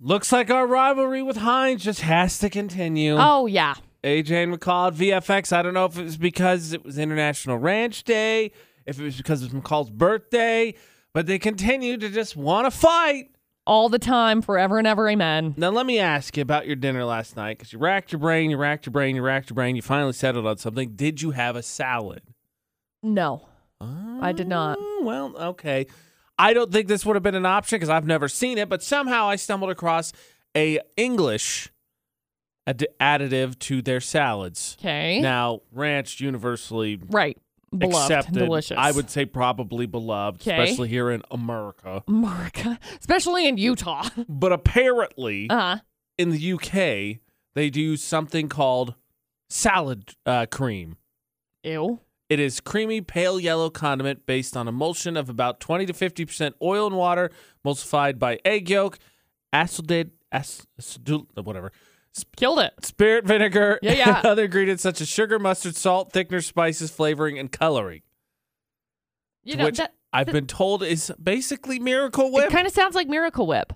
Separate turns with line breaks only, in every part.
Looks like our rivalry with Hines just has to continue.
Oh yeah.
AJ and McCall at VFX. I don't know if it was because it was International Ranch Day, if it was because it was McCall's birthday, but they continue to just want to fight.
All the time, forever and ever, amen.
Now, let me ask you about your dinner last night because you racked your brain, you racked your brain, you racked your brain, you finally settled on something. Did you have a salad?
No. I did not.
Oh, Well, okay. I don't think this would have been an option because I've never seen it, but somehow I stumbled across a English ad- additive to their salads.
Okay.
Now, ranch universally
Right. Beloved.
accepted.
Delicious.
I would say probably beloved,
'Kay.
especially here in America.
America. Especially in Utah.
But apparently,
Uh-huh.
in the UK, they do something called salad uh, cream.
Ew.
It is creamy, pale yellow condiment based on emulsion of about 20 to 50% oil and water, emulsified by egg yolk, acidulated, acidul, whatever,
Killed it.
spirit vinegar,
Yeah, yeah.
and other ingredients such as sugar, mustard, salt, thickener, spices, flavoring, and coloring.
You
to
know,
which
that
I've been told is basically Miracle Whip.
it kind of sounds like Miracle Whip.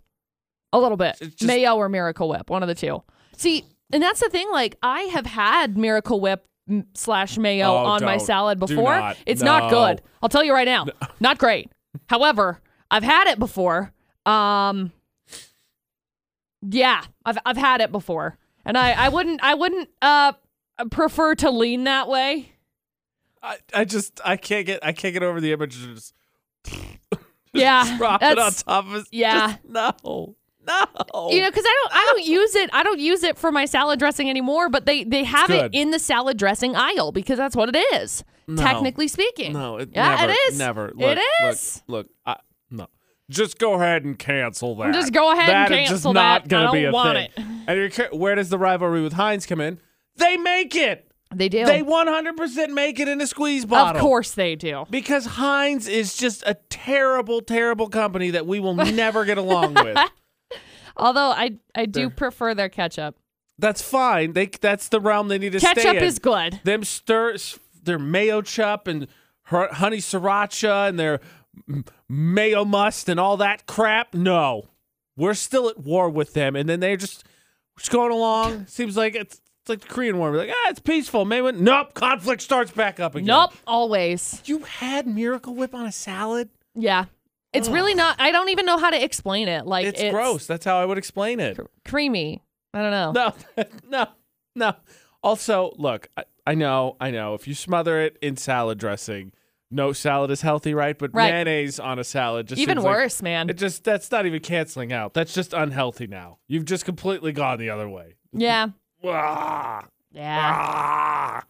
A little bit.
It's just-
Mayo or Miracle Whip, one of the two. See, and that's the thing like I have had Miracle Whip m- slash mayo
Oh,
on my
don't.
salad
Do
before.
not.
It's not
No.
good. I'll tell you right now. Not great. However, I've had it before. Um Yeah, I've I've had it before. And I I wouldn't I wouldn't uh prefer to lean that way.
I, I just I can't get I can't get over the image of just
Yeah.
drop it on
that's-
top of
yeah.
just- no. No.
you know because i don't i don't use it i don't use it for my salad dressing anymore but they they have it
good.
in the salad dressing aisle because that's what it is
No.
technically speaking
No, it
yeah
never,
it is
Never.
it
Look,
is
Look, look I, no. Just go ahead and cancel that.
Just go ahead
That
and
is just
cancel
not
that.
gonna
I don't
be a
want
thing.
it.
And you're, cur- where does the rivalry with Heinz come in? They make it.
they do
They 100% make it in a squeeze
of
bottle.
course they do
Because Heinz is just a terrible, terrible company that we will never get along with.
although i i do prefer their ketchup
That's fine. They that's the realm they need to stay
ketchup
in.
is good
them stir s- their mayo chup and her- honey sriracha and their m- mayo must and all that crap. No, we're still at war with them, and then they're just just going along. Seems like it's, it's like the Korean War. We're like, ah, it's peaceful. Maybe we-" nope. Conflict starts back up again.
nope always
You had Miracle Whip on a salad.
yeah it's really not i don't even know how to explain it like
It's, gross. That's how I would explain it.
creamy i don't know
No, no, no. Also, look, I, I know, I know. If you smother it in salad dressing, no salad is healthy, right? But
Right.
mayonnaise on a salad just
even
seems like-
worse man
it just that's not even canceling out. That's just unhealthy now. You've just completely gone the other way.
yeah
Ah,
yeah
ah.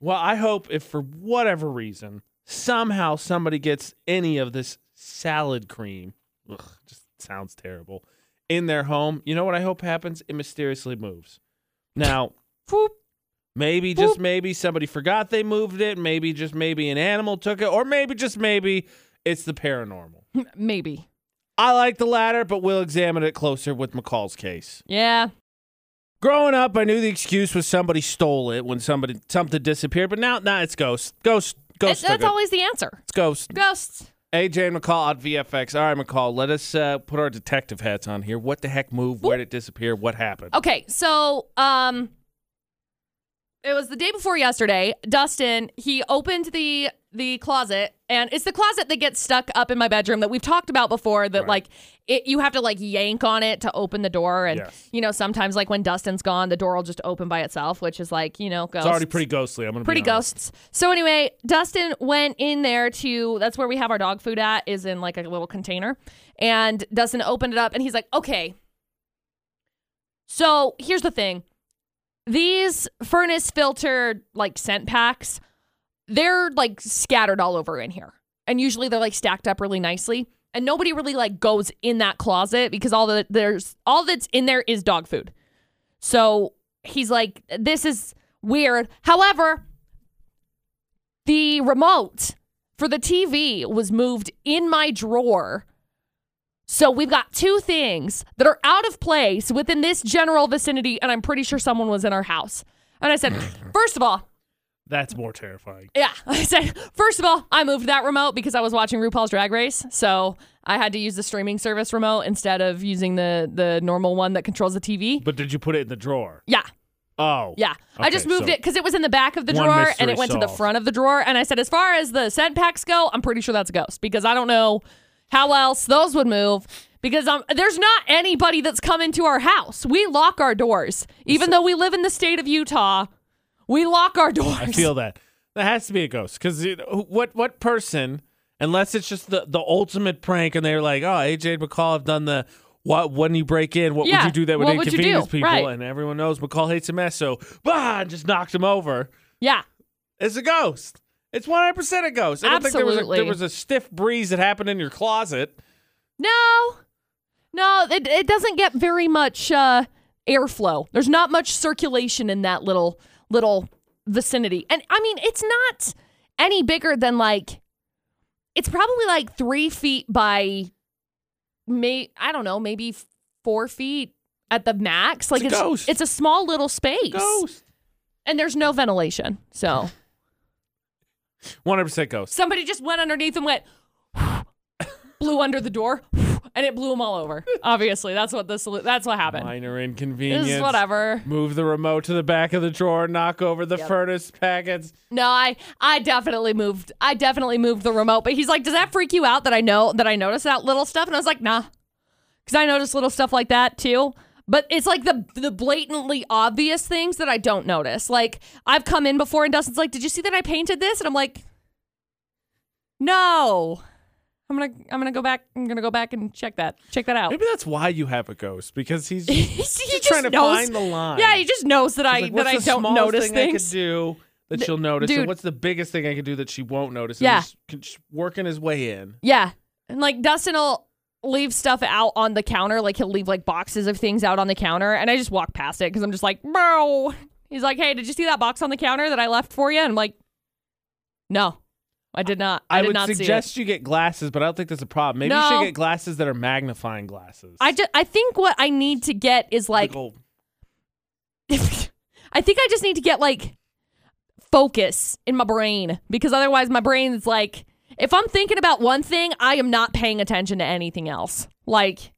Well, I hope if for whatever reason somehow somebody gets any of this salad cream, ugh, just sounds terrible, in their home. You know what I hope happens? It mysteriously moves. Now,
Whoop.
Maybe just maybe somebody forgot they moved it. Maybe just maybe an animal took it, or maybe just maybe it's the paranormal.
maybe
I like the latter, but we'll examine it closer with McCall's case.
yeah
Growing up, I knew the excuse was somebody stole it when somebody something disappeared, but now nah, it's ghost, ghost, ghost.
It- that's
took it.
always the answer.
It's ghost.
Ghosts.
AJ and McCall at VFX. All right, McCall, let us uh, put our detective hats on here. What the heck moved? Where did it disappear? What happened?
Okay, so um, it was the day before yesterday. Dustin he opened the the closet, and it's the closet that gets stuck up in my bedroom that we've talked about before. That
Right.
like it, you have to like yank on it to open the door, and
Yes.
you know sometimes like when Dustin's gone, the door will just open by itself, which is like you know ghosts.
It's already pretty ghostly. I'm gonna
pretty
be honest.
ghosts. So anyway, Dustin went in there to that's where we have our dog food at is in like a little container. And Dustin opened it up and he's like, "Okay. So, here's the thing. These furnace filtered like scent packs, they're like scattered all over in here. And usually they're like stacked up really nicely. And nobody really like goes in that closet because all that there's all that's in there is dog food. So he's like, this is weird. However, the remote for the TV was moved in my drawer. So we've got two things that are out of place within this general vicinity, and I'm pretty sure someone was in our house. And I said, first of all,
That's more terrifying.
Yeah, I said, first of all, I moved that remote because I was watching RuPaul's Drag Race. So I had to use the streaming service remote instead of using the, the normal one that controls the TV.
But did you put it in the drawer?
Yeah,
Oh.
yeah. I just
Okay,
moved
so-
it because it was in the back of the
One
drawer and
mystery
it went to the
solved.
front of the drawer. And I said, as far as the scent packs go, I'm pretty sure that's a ghost because I don't know how else those would move because um, there's not anybody that's come into our house. We lock our doors. Even though we live in the state of Utah, we lock our doors.
I feel that. That has to be a ghost because what what person, unless it's just the, the ultimate prank, and they're like, oh, AJ and McCall have done the what when you break in, what
Yeah,
would you do that would
what would you do?
inconvenience people?
Right.
And everyone knows McCall hates a mess, so bah, and just knocked him over.
yeah.
It's a ghost. It's one hundred percent a ghost. I don't think there was
Absolutely.
a, there was a stiff breeze that happened in your closet.
No, no, it, it doesn't get very much uh, airflow. There's not much circulation in that little little vicinity, and I mean it's not any bigger than like it's probably like three feet by may I don't know maybe four feet at the max. Like
a
it's
ghost.
it's a small little space,
Ghost.
and there's no ventilation. So
One hundred percent ghost.
somebody just went underneath and went blew under the door and it blew them all over obviously that's what the solu- that's what happened
Minor
this
inconvenience.
is whatever
Move the remote to the back of the drawer. Knock over the furnace packets.
no i i definitely moved i definitely moved the remote but he's like does that freak you out that i know that i noticed that little stuff and i was like nah because i notice little stuff like that too but it's like the the blatantly obvious things that i don't notice like i've come in before and dustin's like did you see that i painted this and i'm like no i'm gonna i'm gonna go back i'm gonna go back and check that check that out
Maybe that's why you have a ghost because he's just
He's- he just
trying to
knows-
find the line.
Yeah, he just knows that I
Like,
that
what's
I
the
don't
smallest
notice
thing
things.
I could do that she'll notice.
dude.
and what's the biggest thing I could do that she won't notice? And
Yeah.
just- can- just working his way in.
Yeah. And like Dustin will leave stuff out on the counter. Like he'll leave like boxes of things out on the counter. And I just walk past it because I'm just like, bro. He's like, hey, did you see that box on the counter that I left for you? And I'm like, no, I did not. I, did
would
not see it.
suggest you get glasses, but I don't think that's a problem. Maybe you
No.
should get glasses that are magnifying glasses.
I just, I think what I need to get is like,
Big ol'
I think I just need to get like focus in my brain because otherwise my brain is like if I'm thinking about one thing, I am not paying attention to anything else. Like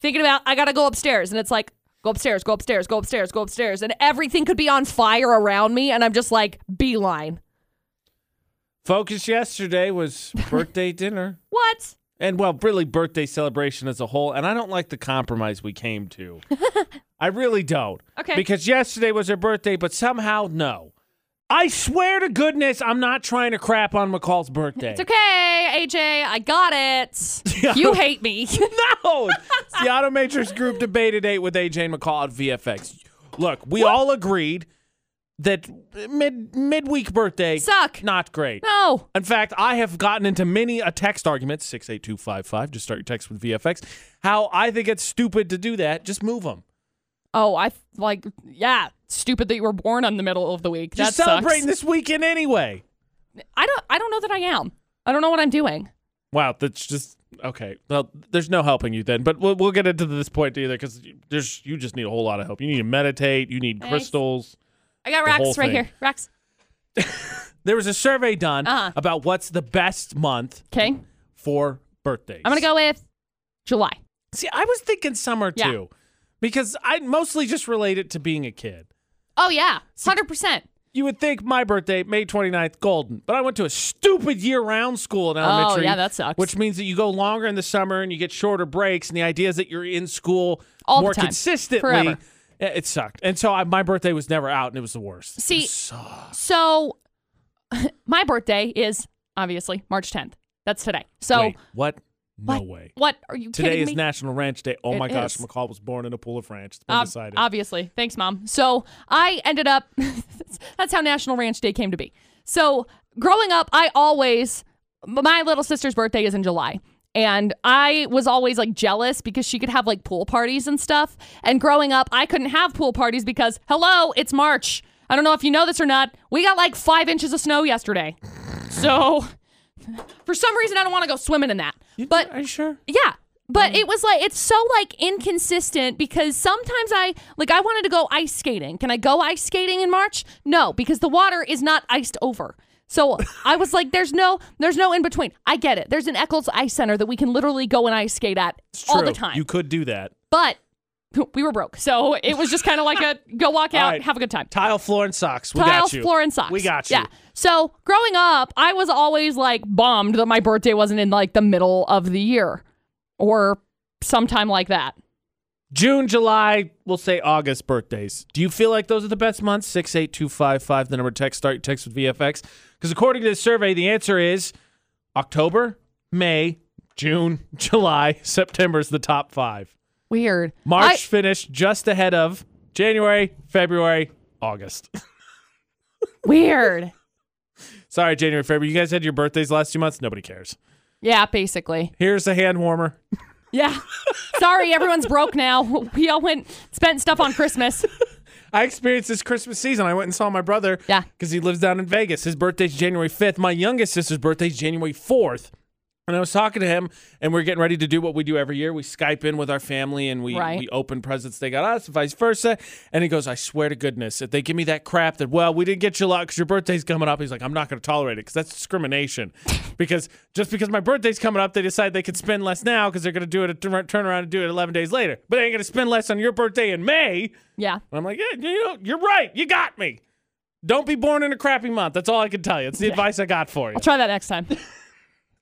thinking about I got to go upstairs and it's like go upstairs, go upstairs, go upstairs, go upstairs and everything could be on fire around me and I'm just like beeline.
focus yesterday was birthday dinner.
What?
and well, really birthday celebration as a whole. And I don't like the compromise we came to. I really don't.
Okay.
Because yesterday was her birthday, but somehow no. I swear to goodness, I'm not trying to crap on McCall's birthday.
It's okay, AJ, I got it. you hate me.
No, it's the Auto Matrix Group debate today with AJ and McCall at VFX. Look, we all agreed that mid midweek birthday
Suck.
Not great.
no.
In fact, I have gotten into many a text argument, 68255, just start your text with VFX, how I think it's stupid to do that. Just move them.
Oh, I f- like yeah, stupid that you were born on the middle of the week.
You're
That's that sucks.
celebrating this weekend anyway.
I don't I don't know that I am. I don't know what I'm doing.
Wow, that's just okay. Well, there's no helping you then, but we'll, we'll get into this point either because there's you just need a whole lot of help. You need to meditate, you need
Thanks.
crystals.
I got
The whole
Rex right
thing.
here. Rex.
There was a survey done
Uh-huh.
about what's the best month
Okay. I'm
for birthdays.
gonna go with July.
See, I was thinking summer
Yeah.
too, because I mostly just relate it to being a kid.
Oh yeah. Hundred percent.
You would think my birthday, May 29th, golden, but I went to a stupid year round school in elementary.
Oh, yeah, that sucks.
Which means that you go longer in the summer and you get shorter breaks, and the idea is that you're in school
All the
more
time.
consistently.
Forever.
It it sucked. And so I, my birthday was never out, and it was the worst.
See-
It sucked.
So my birthday is obviously March tenth. That's today. So
Wait, what? No
what,
way.
What are you
Today
kidding
is
me?
National Ranch Day. Oh
It
my gosh,
is. Uh,
McCall was born in a pool of ranch. It's been
Ob-
decided.
obviously. Thanks, Mom. So I ended up, that's how National Ranch Day came to be. So growing up, I always, my little sister's birthday is in July. And I was always like jealous because she could have like pool parties and stuff. And growing up, I couldn't have pool parties because, hello, it's March. I don't know if you know this or not. We got like five inches of snow yesterday. So for some reason, I don't want to go swimming in that. But
Are you sure?
yeah,
Um,
But it was like it's so like inconsistent because sometimes I like I wanted to go ice skating. Can I go ice skating in March? No, because the water is not iced over. So I was like, there's no there's no in between. I get it. There's an Eccles Ice Center that we can literally go and ice skate at
It's
all the
true.
time.
You could do that.
but we were broke. So it was just kind of like a go walk out,
right.
have a good time
Tile, floor, and socks. We got
tiles,
you.
floor, and socks.
We got you.
Yeah. So growing up, I was always like bummed that my birthday wasn't in like the middle of the year or sometime like that.
June, July, we'll say August birthdays. Do you feel like those are the best months? 68255, the number text, start your text with VFX. Because according to this survey, the answer is October, May, June, July, September is the top five.
Weird.
March
I-
finished just ahead of January, February, August.
weird.
Sorry, January, February. You guys had your birthdays last two months? Nobody cares.
Yeah, basically.
Here's a hand warmer.
Yeah. Sorry, everyone's broke now. We all went spent stuff on Christmas.
I experienced this Christmas season. I went and saw my brother.
Yeah.
Because he lives down in Vegas. His birthday's January 5th. My youngest sister's birthday's January 4th. And I was talking to him, and we're getting ready to do what we do every year. We Skype in with our family and we,
Right.
we open presents they got us, and vice versa. And he goes, I swear to goodness, if they give me that crap that, well, we didn't get you a lot because your birthday's coming up, he's like, I'm not going to tolerate it because that's discrimination. because just because my birthday's coming up, they decide they could spend less now because they're going to do it, a turn turn around and do it 11 days later. But they ain't going to spend less on your birthday in May.
Yeah.
And I'm like, yeah, you know, you're right. You got me. Don't be born in a crappy month. That's all I can tell you. It's the advice I got for you.
I'll try that next time.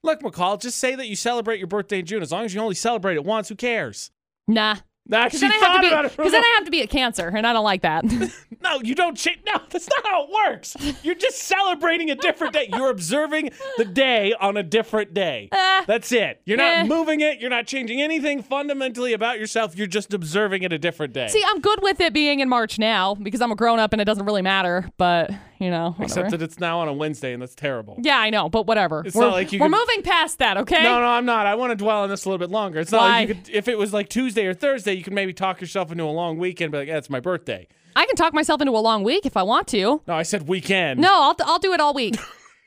Look, McCall, just say that you celebrate your birthday in June. As long as you only celebrate it once, who cares?
Nah.
Nah, she
Because then, I
thought
have to
about
be-
it. for a
'cause then
moment.
I have to be a cancer, and I don't like that.
No, you don't cheat. No, that's not how it works. You're just celebrating a different day. You're observing the day on a different day.
Ah.
that's it. You're not
Eh.
moving it. You're not changing anything fundamentally about yourself. You're just observing it a different day.
See, I'm good with it being in March now because I'm a grown up and it doesn't really matter. But you know, whatever.
Except that it's now on a Wednesday, and that's terrible.
Yeah, I know, but whatever.
It's
we're
not like you
we're
can-
moving past that, okay?
No, no, I'm not. I want to dwell on this a little bit longer. It's not like you
Why?
could, if it was like Tuesday or Thursday, you could maybe talk yourself into a long weekend, but like, yeah, it's my birthday.
I can talk myself into a long week if I want to.
No, I said weekend.
No, I'll, I'll do it all week.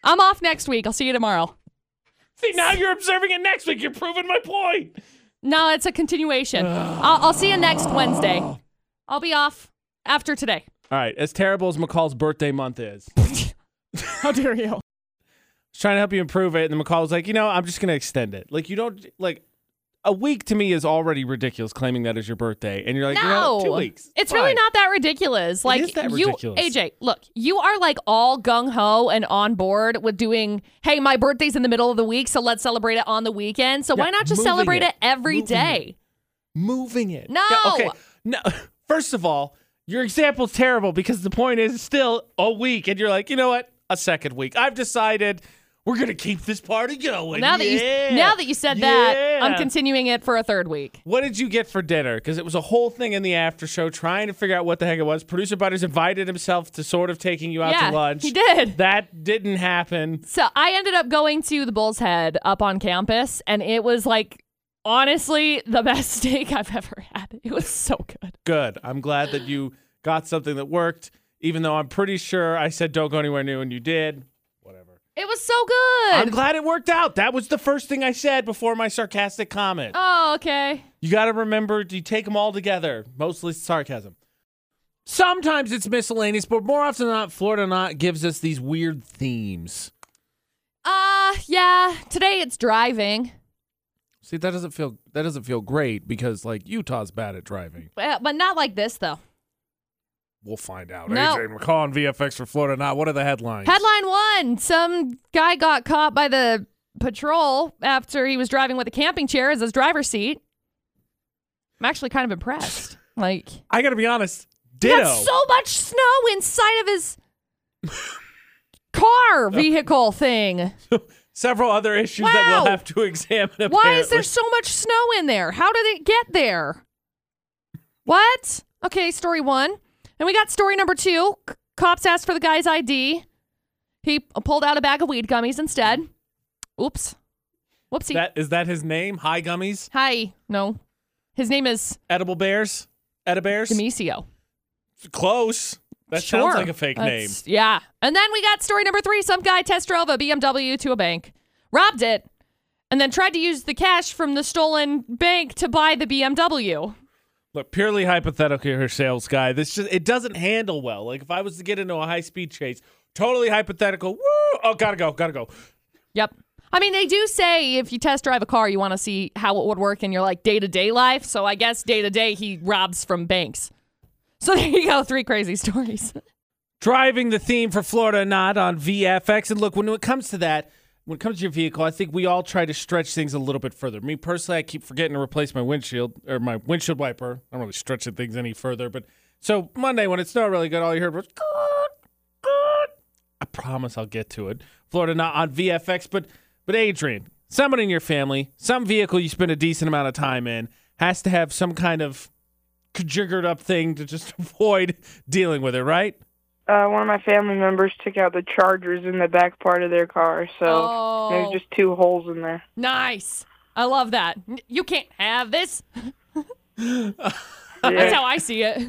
I'm off next week. I'll see you tomorrow.
See, now you're observing it next week. You're proving my point.
No, it's a continuation. I'll, I'll see you next Wednesday. I'll be off after today.
All right. As terrible as McCall's birthday month is, I
How dare you?
was trying to help you improve it, and then McCall was like, you know, I'm just going to extend it. Like, you don't, like, a week to me is already ridiculous claiming that is your birthday. And you're like, you know,
No,
two weeks.
It's really
Fine.
not that ridiculous. Like
is that
you,
ridiculous.
AJ. Look, you are like all gung ho and on board with doing. Hey, my birthday's in the middle of the week, so let's celebrate it on the weekend. So why not just
moving
celebrate
it.
it, every
Moving
day?
moving it.
No.
Yeah, okay. No. First of all, your example's terrible because the point is it's still a week, and you're like, you know what? A second week. I've decided we're gonna keep this party going.
Now that
Yeah.
you now that you said that, I'm
Yeah.
continuing it for a third week.
What did you get for dinner? Because it was a whole thing in the after show trying to figure out what the heck it was. Producer Butters invited himself to sort of taking you out
yeah,
to lunch.
he did.
That didn't happen.
So I ended up going to the Bull's Head up on campus, and it was like honestly the best steak I've ever had. It was so good.
Good. I'm glad that you got something that worked, even though I'm pretty sure I said don't go anywhere new and you did. Whatever.
It was so good.
I'm glad it worked out. That was the first thing I said before my sarcastic comment.
oh, okay.
You got to remember, you take them all together, mostly sarcasm. Sometimes it's miscellaneous, but more often than not, Florida Not gives us these weird themes.
Uh yeah. Today it's driving.
See, that doesn't feel that doesn't feel great because like Utah's bad at driving.
Uh, But not like this though.
We'll find out.
No.
AJ McCall and VFX for Florida Not. What are the headlines?
Headline one Some guy got caught by the patrol after he was driving with a camping chair as his driver's seat. I'm actually kind of impressed. Like,
I got to be honest.
he
Ditto.
got so much snow inside of his car vehicle thing.
Several other issues that we'll
Wow.
have to examine.
Why is
apparently.
there so much snow in there? How did it get there? What? Okay, story one. And we got story number two. C- cops asked for the guy's ID. He p- pulled out a bag of weed gummies instead. Oops. Whoopsie.
That is that his name? High gummies,
Hi. No. His name is
edible bears, edibears.
Demisio.
Close. That sounds like a fake name.
That's- Yeah. And then we got story number three. Some guy test drove a BMW to a bank, robbed it, and then tried to use the cash from the stolen bank to buy the BMW.
Look, purely hypothetical here, sales guy. This just it doesn't handle well. Like if I was to get into a high speed chase, totally hypothetical. Woo! Oh, gotta go, gotta go.
Yep. I mean, they do say if you test drive a car, you want to see how it would work in your like day to day life. So I guess day to day he robs from banks. So there you go, three crazy stories.
Driving the theme for Florida or not on VFX. And look, when it comes to that, when it comes to your vehicle, I think we all try to stretch things a little bit further. Me personally, I keep forgetting to replace my windshield or my windshield wiper. I'm really stretching things any further. But so Monday, when it's not really good, all you heard was, "Good, good." I promise I'll get to it. Florida not on VFX, but but Adrian, someone in your family, some vehicle you spend a decent amount of time in, has to have some kind of jiggered up thing to just avoid dealing with it, right?
Uh, one of my family members took out the chargers in the back part of their car, so
Oh,
there's just two holes in there.
nice. I love that. N- You can't have this. That's
Yeah.
how I see it.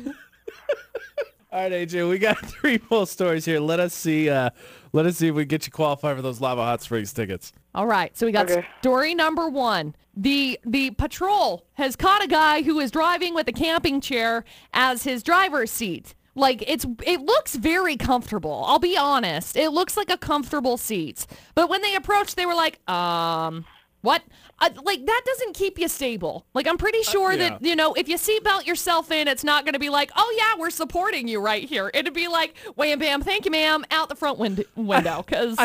All right, AJ, we got three full stories here. Let us see. Uh, let us see if we can get you qualified for those Lava Hot Springs tickets.
All right, so we got
Okay.
story number one. The the patrol has caught a guy who is driving with a camping chair as his driver's seat. Like it's it looks very comfortable. I'll be honest. It looks like a comfortable seat. But when they approached, they were like, um, what? Uh, like that doesn't keep you stable. Like I'm pretty sure that
yeah.
you know if you seatbelt yourself in, it's not going to be like, oh yeah, we're supporting you right here. It'd be like, wham bam, thank you, ma'am, out the front wind- window because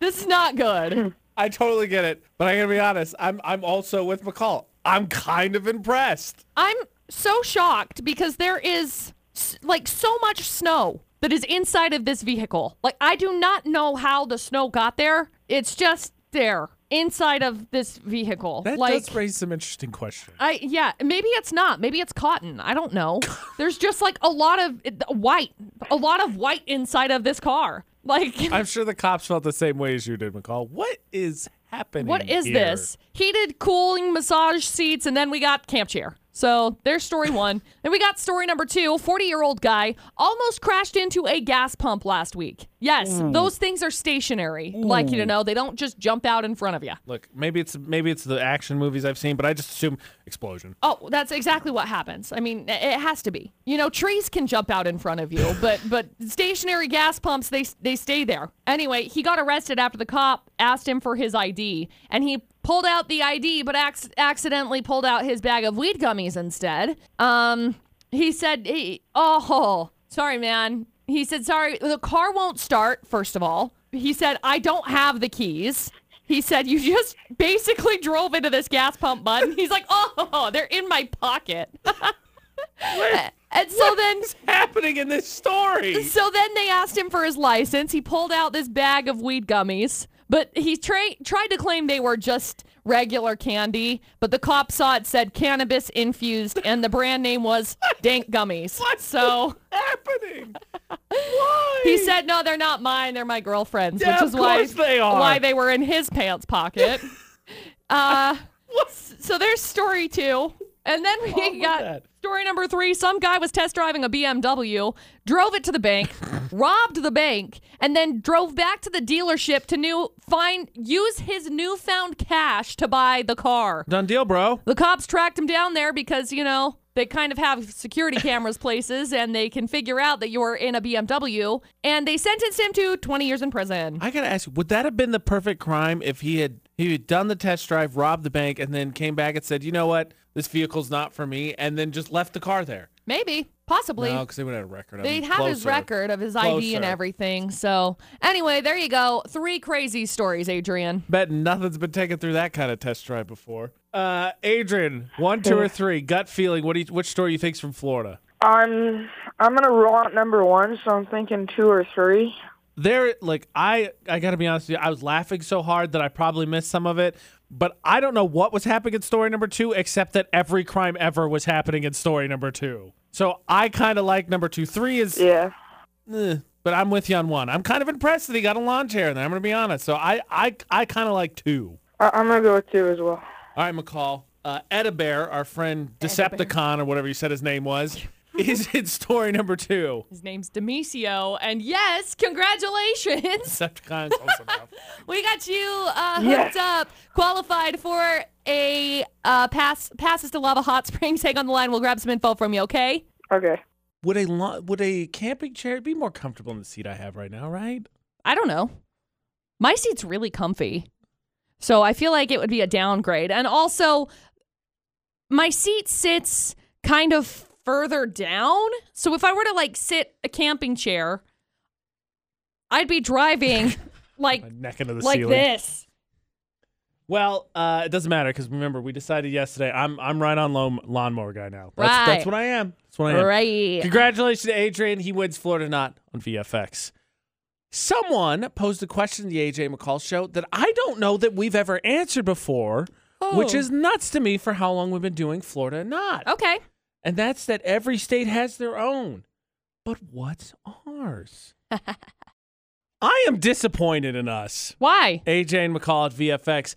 this is not good.
I totally get it, but I gotta be honest. I'm I'm also with McCall. I'm kind of impressed.
I'm so shocked because there is s- like so much snow that is inside of this vehicle. Like I do not know how the snow got there. It's just there inside of this vehicle.
That
like
does raise some interesting questions.
I yeah, maybe it's not. Maybe it's cotton. I don't know. There's just like a lot of it- white, a lot of white inside of this car. Like
I'm sure the cops felt the same way as you did, McCall. What is happening?
What is
here?
this? Heated cooling massage seats, and then we got camp chair. So there's story one. then we got story number two 40 year old guy almost crashed into a gas pump last week. Yes, those things are stationary. Like you to know, they don't just jump out in front of you.
Look, maybe it's maybe it's the action movies I've seen, but I just assume explosion.
Oh, that's exactly what happens. I mean, it has to be. You know, trees can jump out in front of you, but but stationary gas pumps they they stay there. Anyway, he got arrested after the cop asked him for his ID, and he pulled out the ID, but ac- accidentally pulled out his bag of weed gummies instead. Um, he said, he, "Oh, sorry, man." He said, "Sorry, the car won't start." First of all, he said, "I don't have the keys." He said, You just basically drove into this gas pump, bud. And he's like, Oh, they're in my pocket. and so then
Happening in this story.
so then they asked him for his license. He pulled out this bag of weed gummies, but he tra- tried to claim they were just regular candy. But the cop saw it said cannabis infused, and the brand name was Dank Gummies. so
happening.
he said, "No, they're not mine. They're my girlfriend's,"
Yeah,
which
of
is why
course they are.
why they were in his pants pocket. uh, so there's story two, and then we
with
got
that?
story number three. Some guy was test driving a BMW, drove it to the bank, robbed the bank, and then drove back to the dealership to new find use his newfound cash to buy the car.
Done deal, bro.
The cops tracked him down there because, you know, they kind of have security cameras places and they can figure out that you're in a BMW and they sentenced him to 20 years in prison.
I gotta ask you, would that have been the perfect crime if he had he had done the test drive, robbed the bank, and then came back and said, you know what, this vehicle's not for me, and then just left the car there?
Maybe, possibly.
No, because Oh, they would have a record. of
They'd
him.
have his
Closer.
record of his ID and
Closer.
everything. So, anyway, there you go. Three crazy stories, Adrian.
Bet nothing's been taken through that kind of test drive before. Uh, Adrian, one, two, or three. Gut feeling. What do you, which story you think's from Florida?
I'm I'm gonna roll out number one, so I'm thinking two or three.
there like i i gotta be honest with you i was laughing so hard that i probably missed some of it but i don't know what was happening in story number two except that every crime ever was happening in story number two so i kind of like number two three is
Yeah.
eh, but i'm with you on one i'm kind of impressed that he got a lawn chair in there i'm gonna be honest so i i, I kind of like two
I- I'm gonna go with two as well.
all right mccall uh, Eda Bear, our friend Decepticon or whatever you said his name was, is in story number two.
His name's Demisio, and yes, congratulations.
Decepticons also know.
We got you uh, hooked
Yes.
up, qualified for a uh, pass. Passes to Lava Hot Springs. Hang on the line. We'll grab some info from you. Okay.
Okay.
Would a lo- would a camping chair be more comfortable in the seat I have right now? Right?
I don't know. My seat's really comfy, so I feel like it would be a downgrade. And also, my seat sits kind of further down. So if I were to like sit a camping chair, I'd be driving like
My neck into the
like
ceiling.
this.
Well, uh, it doesn't matter because remember we decided yesterday. I'm I'm right on lawn lawnmower guy now. That's, that's
Right.
what I am. That's what I am.
Right.
Congratulations to Adrian. He wins Florida Not on VFX. Someone posed a question to the AJ McCall show that I don't know that we've ever answered before, which
Oh.
is nuts to me for how long we've been doing Florida Not.
Okay.
And that's that every state has their own. But what's ours? I am disappointed in us.
Why?
AJ and McCall at VFX.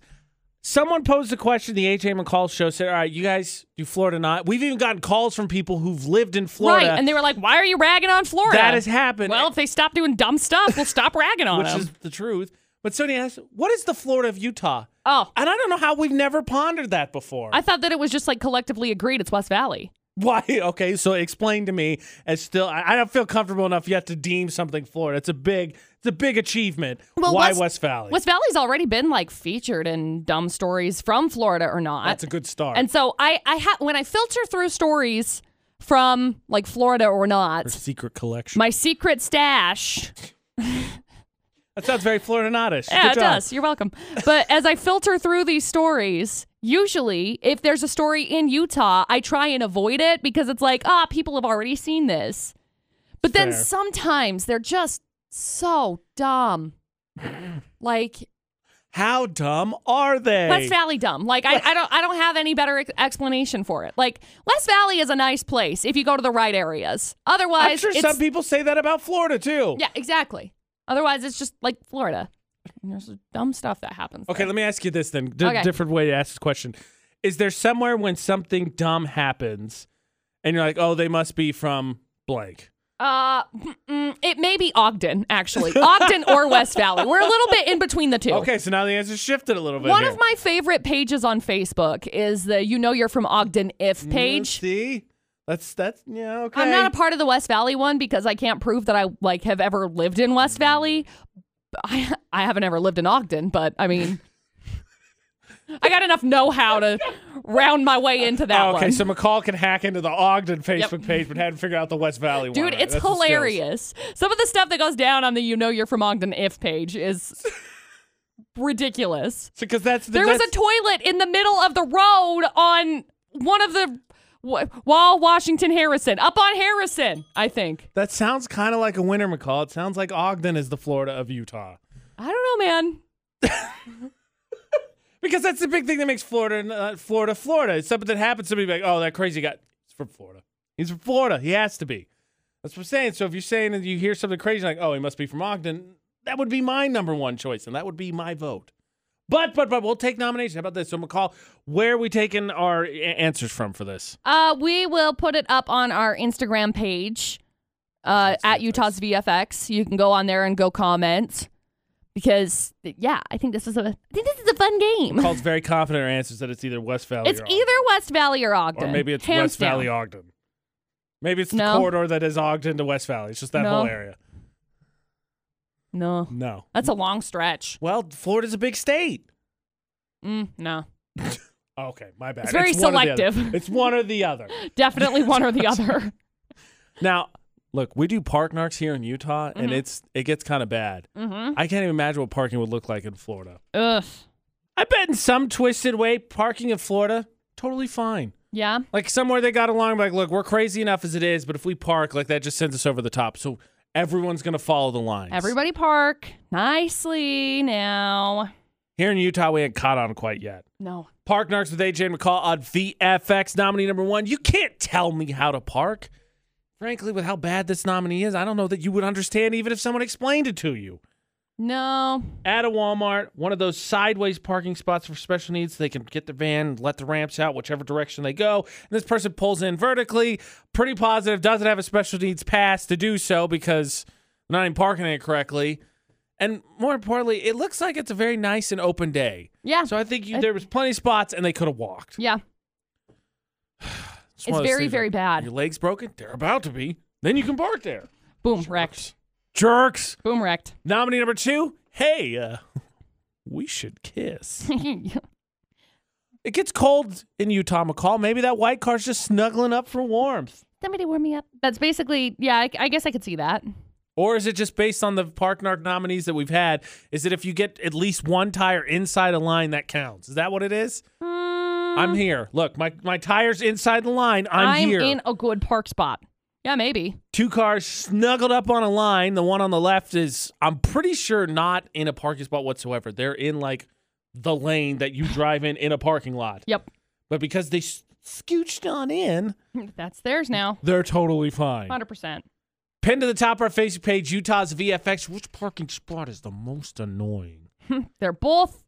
Someone posed a question. The AJ and McCall show said, "All right, you guys do Florida not." We've even gotten calls from people who've lived in Florida.
Right. And they were like, why are you ragging on Florida?
that has happened. eh,
Well, if they stop doing dumb stuff, we'll stop ragging on
which
them.
is the truth. But Sony asked, "What is the Florida of Utah?"
oh,
And I don't know how we've never pondered that before.
I thought that it was just like collectively agreed it's West Valley.
Why? Okay, so explain to me. As still, I, I don't feel comfortable enough yet to deem something Florida. It's a big, it's a big achievement.
Well,
Why
West-
West Valley?
West Valley's already been like featured in dumb stories from Florida or not.
That's a good start.
and so I, I ha- when I filter through stories from like Florida or not,
secret collection.
my secret stash.
that sounds very Florida notish.
Yeah,
good
it
job.
does. You're welcome. But as I filter through these stories, usually if there's a story in Utah, I try and avoid it because it's like, ah, people have already seen this. But then
Fair.
sometimes they're just so dumb. like
How dumb are they?
West Valley dumb. Like I, I don't I don't have any better ex- explanation for it. Like West Valley is a nice place if you go to the right areas. Otherwise,
I'm sure
it's,
some people say that about Florida too.
yeah, exactly. Otherwise, it's just like Florida. And There's dumb stuff that happens.
Okay,
there.
let me ask you this then. D-
Okay.
Different way to ask this question. Is there somewhere when something dumb happens and you're like, oh, they must be from blank?
Uh, mm, it may be Ogden, actually. Ogden or West Valley. We're a little bit in between the two.
Okay, so now the answer shifted a little bit.
Oh. One
here.
of my favorite pages on Facebook is the You Know You're From Ogden If
Mm,
page.
See? That's, that's, yeah, okay.
I'm not a part of the West Valley one because I can't prove that I like have ever lived in West Valley. I, I haven't ever lived in Ogden, but I mean, I got enough know-how to round my way into that
Oh, okay,
one.
so McCall can hack into the Ogden Facebook page, but hadn't figured out the West Valley one.
Dude,
All right,
it's
that's the skills.
hilarious. Some of the stuff that goes down on the You Know You're From Ogden If page is ridiculous.
Because that's the,
There was a
that's-
toilet in the middle of the road on one of the Wall Washington Harrison, up on Harrison, I think.
that sounds kind of like a winner, McCall. It sounds like Ogden is the Florida of Utah.
I don't know, man.
Because that's the big thing that makes Florida, uh, Florida, Florida. It's something that happens. Somebody be like, "Oh, that crazy guy. He's from Florida. He's from Florida. He has to be." That's what I'm saying. So if you're saying that you hear something crazy, like, "Oh, he must be from Ogden," that would be my number one choice, and that would be my vote. But but but we'll take nomination. How about this? So McCall, where are we taking our a- answers from for this?
Uh, we will put it up on our Instagram page uh,
Utah's VFX.
at Utah's VFX. You can go on there and go comment because, yeah, I think this is a I think this is a fun game.
McCall's very confident in her answers that it's either West Valley.
It's
or Ogden.
either West Valley or Ogden.
or maybe it's
Hands
West Valley
down.
Ogden. Maybe it's the
No.
corridor that is Ogden to West Valley. It's just that
No.
whole area.
No,
No.
that's a long stretch.
Well, Florida's a big state.
Mm, no,
Okay, my bad.
It's very
one or the other.
selective.
It's one or the other.
definitely one or the other.
Now, look, we do park narcs here in Utah, and it's it gets kind of bad.
Mm-hmm.
I can't even imagine what parking would look like in Florida.
Ugh.
I bet in some twisted way, parking in Florida totally fine.
Yeah.
Like somewhere they got along, like, look, we're crazy enough as it is, but if we park, like that just sends us over the top. So everyone's gonna follow the lines.
Everybody park nicely now.
here in Utah, we ain't caught on quite yet.
No.
Park Narcs with AJ and McCall on VFX. Nominee number one. You can't tell me how to park. Frankly, with how bad this nominee is, I don't know that you would understand even if someone explained it to you.
No.
at a Walmart, one of those sideways parking spots for special needs. They can get their van, let the ramps out, whichever direction they go. And this person pulls in vertically, pretty positive, doesn't have a special needs pass to do so because they're not even parking it correctly. And more importantly, it looks like it's a very nice and open day.
Yeah.
So I think you,
I-
there was plenty of spots and they could have walked.
yeah.
one
It's
of those
very,
things
very bad.
Your leg's broken? They're about to be. Then you can park there.
Boom wrecked.
Jerks.
Boom wrecked.
Nominee number two. Hey, uh, we should kiss. It gets cold in Utah, McCall. Maybe that white car's just snuggling up for warmth.
Somebody warm me up. That's basically, yeah, I, I guess I could see that.
Or is it just based on the Park Narc nominees that we've had? Is that if you get at least one tire inside a line, that counts? Is that what it is?
Mm,
I'm here. Look, my, my tire's inside the line. I'm, here.
in a good park spot. Yeah, maybe.
Two cars snuggled up on a line. The one on the left is, I'm pretty sure, not in a parking spot whatsoever. They're in like the lane that you drive in in a parking lot.
Yep.
But because they s- scooched on in,
That's theirs now.
they're totally fine.
100%.
Pinned to the top of our Facebook page, Utah's VFX. Which parking spot is the most annoying?
They're both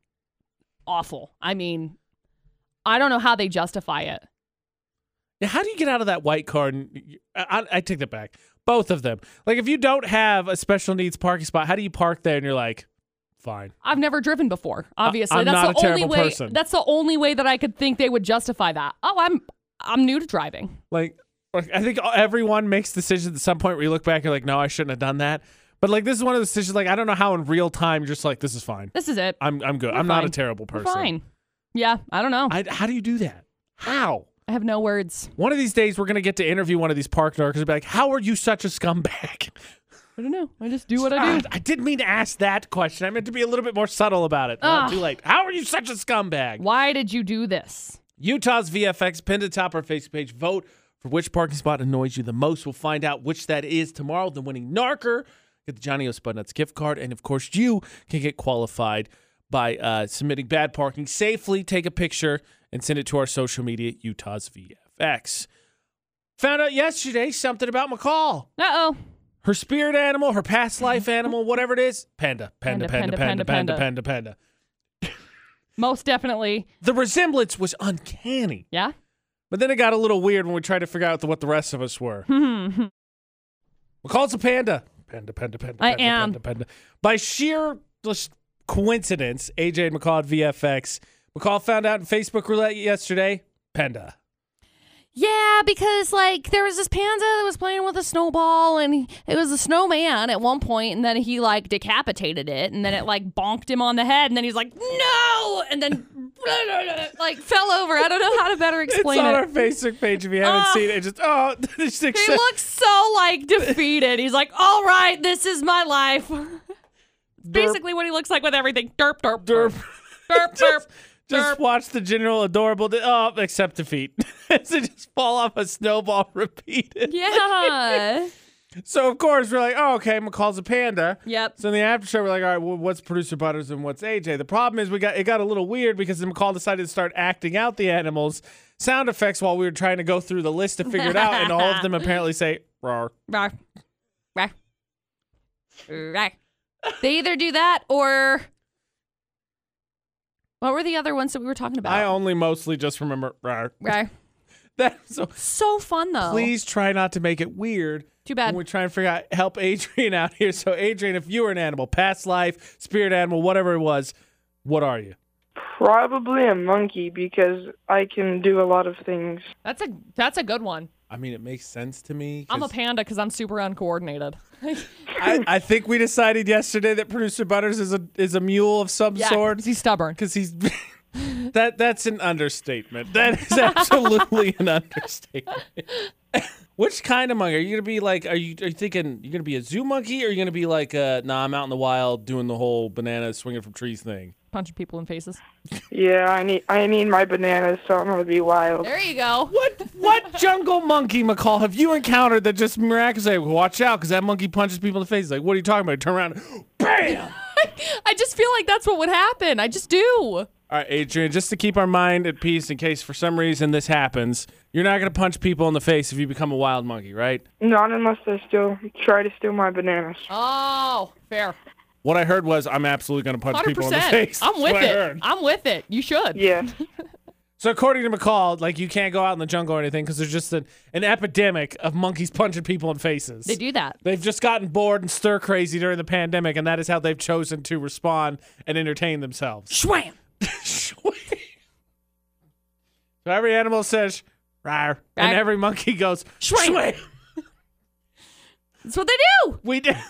awful. I mean, I don't know how they justify it.
Now, how do you get out of that white car? And I, I- I take that back. Both of them. Like, if you don't have a special needs parking spot, how do you park there? And you're like, fine.
I've never driven before. Obviously,
I'm
that's
not
the
a
only
terrible
way.
person.
That's the only way that I could think they would justify that. Oh, I'm I'm new to driving.
Like, like I think everyone makes decisions at some point where you look back and you're like, no, I shouldn't have done that. But like, this is one of those decisions. Like, I don't know how in real time, you're just like, this is fine.
This is it.
I'm I'm good.
We're
I'm not a
fine.
terrible
We're
person.
fine. Yeah, I don't know. I,
I, how do you do that? How?
have no words.
One of these days, we're gonna get to interview one of these park narcs and be like, "How are you such a scumbag?"
I don't know. I just do what I do.
Ah, I didn't mean to ask that question. I meant to be a little bit more subtle about it. Well,
Ugh.
too late. How are you such a scumbag?
Why did you do this?
Utah's VFX pinned atop our Facebook page. Vote for which parking spot annoys you the most. We'll find out which that is tomorrow. The winning narker get the Johnny O Spudnuts gift card, and of course, you can get qualified by uh, submitting bad parking safely. Take a picture and send it to our social media. Utah's VFX. Found out yesterday something about McCall
Uh oh.
her spirit animal, her past life animal, whatever it is, panda, panda, panda, panda, panda, panda, panda, panda.
Most definitely.
The resemblance was uncanny,
Yeah.
but then it got a little weird when we tried to figure out what the rest of us were.
Hmm.
McCall's a panda, panda, panda, panda,
I
panda,
am.
panda, panda. By sheer just coincidence, AJ and McCall at VFX. McCall found out in Facebook roulette yesterday, panda.
yeah, because like there was this panda that was playing with a snowball, and he- it was a snowman at one point, and then he like decapitated it, and then it like bonked him on the head, and then he's like, no, and then like fell over. I don't know how to better explain
it's on
it.
our Facebook page if you haven't
Ah.
seen it. Just oh, just
He
accept-
looks so like defeated. He's like, all right, this is my life. Basically, what he looks like with everything. Derp, derp,
derp.
derp, derp, derp.
Just
Derp.
watch the general adorable di- oh, except defeat. As they just fall off a snowball repeated.
Yeah.
So of course we're like, oh okay, McCall's a panda.
Yep.
So in the after show, we're like, all right, well, what's producer Butters and what's AJ? The problem is we got it got a little weird because then McCall decided to start acting out the animals sound effects while we were trying to go through the list to figure it out, and all of them apparently say rawr.
Rawr. Rawr. Rawr. They either do that or. What were the other ones that we were talking
I
about?
only mostly just remember rawr.
Rawr.
That so
So fun, though.
please try not to make it weird.
Too bad.
When we try and figure out help Adrian out here. So Adrian, if you were an animal, past life, spirit animal, whatever it was, what are you?
Probably a monkey because I can do a lot of things.
That's a that's a good one.
I mean, it makes sense to me.
I'm a
'cause
panda because I'm super uncoordinated.
I, I think we decided yesterday that producer Butters is a is a mule of some
yeah,
sort
he's stubborn.
because he's that that's an understatement. That is absolutely an understatement. Which kind of monkey are you gonna be like? Are you are you thinking you're gonna be a zoo monkey or are you gonna be like, uh, nah, I'm out in the wild doing the whole banana swinging from trees thing?
Punching people in faces.
Yeah, I need I need my bananas, so I'm gonna be wild.
There you go.
What what jungle monkey, McCall, have you encountered that just miraculously, like, watch out, because that monkey punches people in the face? Like, what are you talking about? Turn around, bam!
I just feel like that's what would happen. I just do.
All right, Adrian, just to keep our mind at peace in case for some reason this happens, you're not going to punch people in the face if you become a wild monkey, right?
Not unless they still try to steal my bananas.
Oh, fair.
What I heard was, I'm absolutely going to punch
Hundred
people in the
percent.
face.
I'm
That's
with
what I
it.
heard.
I'm with it. You should.
Yeah.
So according to McCall, like you can't go out in the jungle or anything because there's just an, an epidemic of monkeys punching people in faces.
They do that.
They've just gotten bored and stir crazy during the pandemic, and that is how they've chosen to respond and entertain themselves.
Schwam.
so every animal says "rar," and
Rar.
every monkey goes
Schwam.
"Schwam."
That's what they do.
We did.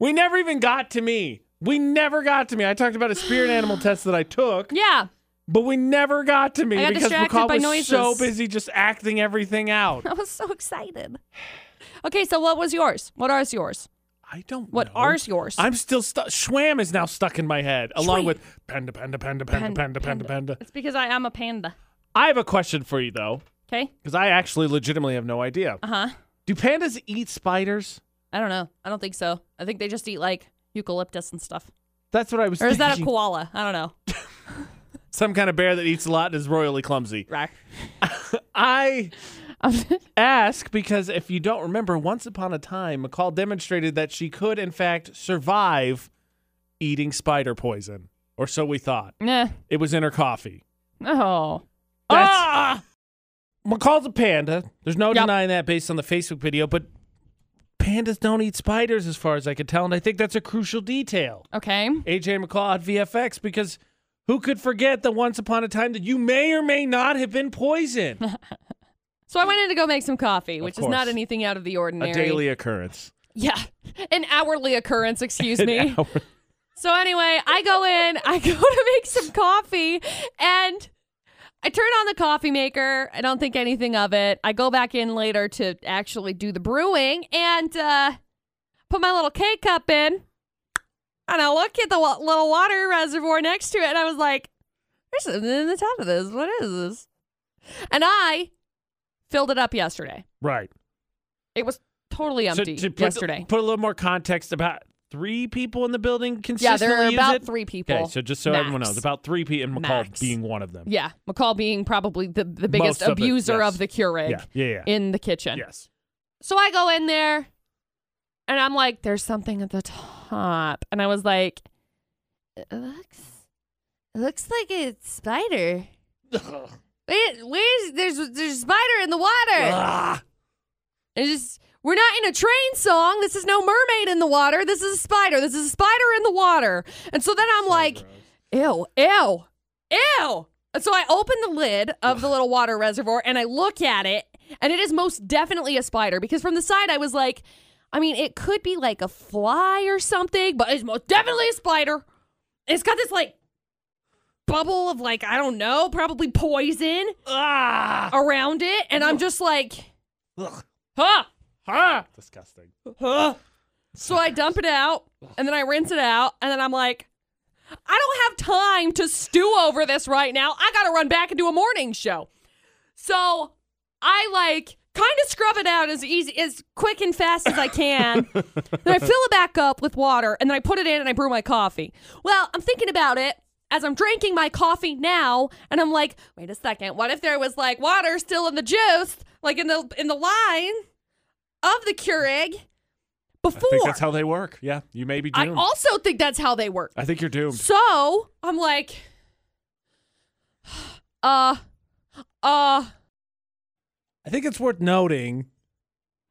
We never even got to me. We never got to me. I talked about a spirit animal test that I took,
Yeah.
but we never got to me
I got
because
distracted
McCall
by
was so
noises.
busy just acting everything out.
I was so excited. Okay, so what was yours? What ours yours?
I don't.
What
know.
ours yours?
I'm still stuck. Schwam is now stuck in my head, along
Schwam.
with panda, panda, panda, panda,
Pen-
panda, panda, panda.
It's because I am a panda.
I have a question for you though,
Okay.
because I actually legitimately have no idea.
Uh huh.
Do pandas eat spiders?
I don't know. I don't think so. I think they just eat like eucalyptus and stuff.
That's what I was.
Or is that a
thinking.
koala? I don't know.
Some kind of bear that eats a lot and is royally clumsy.
Right.
I ask because if you don't remember, once upon a time, McCall demonstrated that she could, in fact, survive eating spider poison, or so we thought.
nah.
It was in her coffee.
Oh.
That's-
ah!
McCall's a panda. There's no
Yep.
denying that based on the Facebook video, but pandas don't eat spiders, as far as I could tell, and I think that's a crucial detail.
Okay.
AJ McCall at VFX because who could forget that once upon a time that you may or may not have been poisoned?
So I went in to go make some coffee, which is
course.
not anything out of the ordinary.
a daily occurrence.
Yeah. An hourly occurrence, excuse
An
me.
hour-
So anyway, I go in, I go to make some coffee, and I turn on the coffee maker. I don't think anything of it. I go back in later to actually do the brewing and uh, put my little K cup in. And I look at the wa- little water reservoir next to it, and I was like, "There's something in the top of this. What is this?" And I filled it up yesterday.
Right.
It was totally
So
empty
to put,
yesterday.
Put a little more context about three people in the building
Yeah,
consistently
there are
use
about
it?
three people.
Okay, so just so everyone
max.
knows, about three people, and McCall
Max.
being one of them.
Yeah, McCall being probably the, the biggest
Most of it,
abuser
yes.
of the Keurig
yeah, yeah, yeah.
in the kitchen.
yes.
So I go in there and I'm like, there's something at the top. And I was like, it looks, it looks like a spider. Wait, where's, there's, there's a spider in the water.
Ah,
It's just, we're not in a train song. This is no mermaid in the water. This is a spider. This is a spider in the water. And so then I'm like, ew, ew, ew. And So I open the lid of the little water reservoir and I look at it, and it is most definitely a spider because from the side I was like, I mean, it could be like a fly or something, but it's most definitely a spider. It's got this like bubble of like, I don't know, probably poison
ah,
around it. And I'm just like,
Ugh.
huh,
Ah. disgusting.
huh. So I dump it out and then I rinse it out and then I'm like, I don't have time to stew over this right now. I gotta run back and do a morning show. So I like kind of scrub it out as easy as quick and fast as I can. then I fill it back up with water and then I put it in and I brew my coffee. Well, I'm thinking about it as I'm drinking my coffee now and I'm like, wait a second, what if there was like water still in the juice, like in the in the line of the Keurig
I think
before?
that's how they work. Yeah, you may be
I
doomed.
also think that's how they work.
I think you're doomed.
So I'm like, uh, uh,
I think it's worth noting.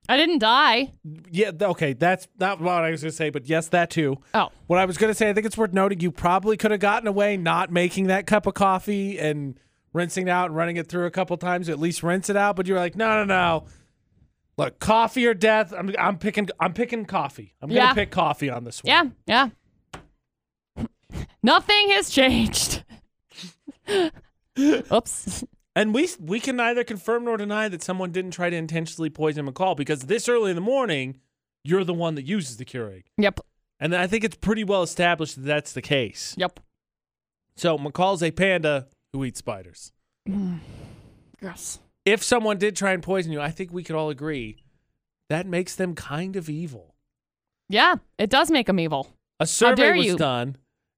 I didn't die.
Yeah, th- okay, that's not what I was going to say, but yes, that too.
Oh,
What I was going to say, I think it's worth noting you probably could have gotten away not making that cup of coffee and rinsing it out and running it through a couple times, at least rinse it out, but you were like, "No, no, no. Look, coffee or death. I'm I'm picking I'm picking coffee. I'm going to
Yeah.
pick coffee on this one."
yeah, yeah. Nothing has changed. Oops.
And we we can neither confirm nor deny that someone didn't try to intentionally poison McCall because this early in the morning, you're the one that uses the Keurig.
Yep.
And I think it's pretty well established that that's the case.
Yep.
So McCall's a panda who eats spiders.
Gross.
if someone did try and poison you, I think we could all agree that makes them kind of evil.
Yeah, it does make them evil.
A survey
dare
was
you.
done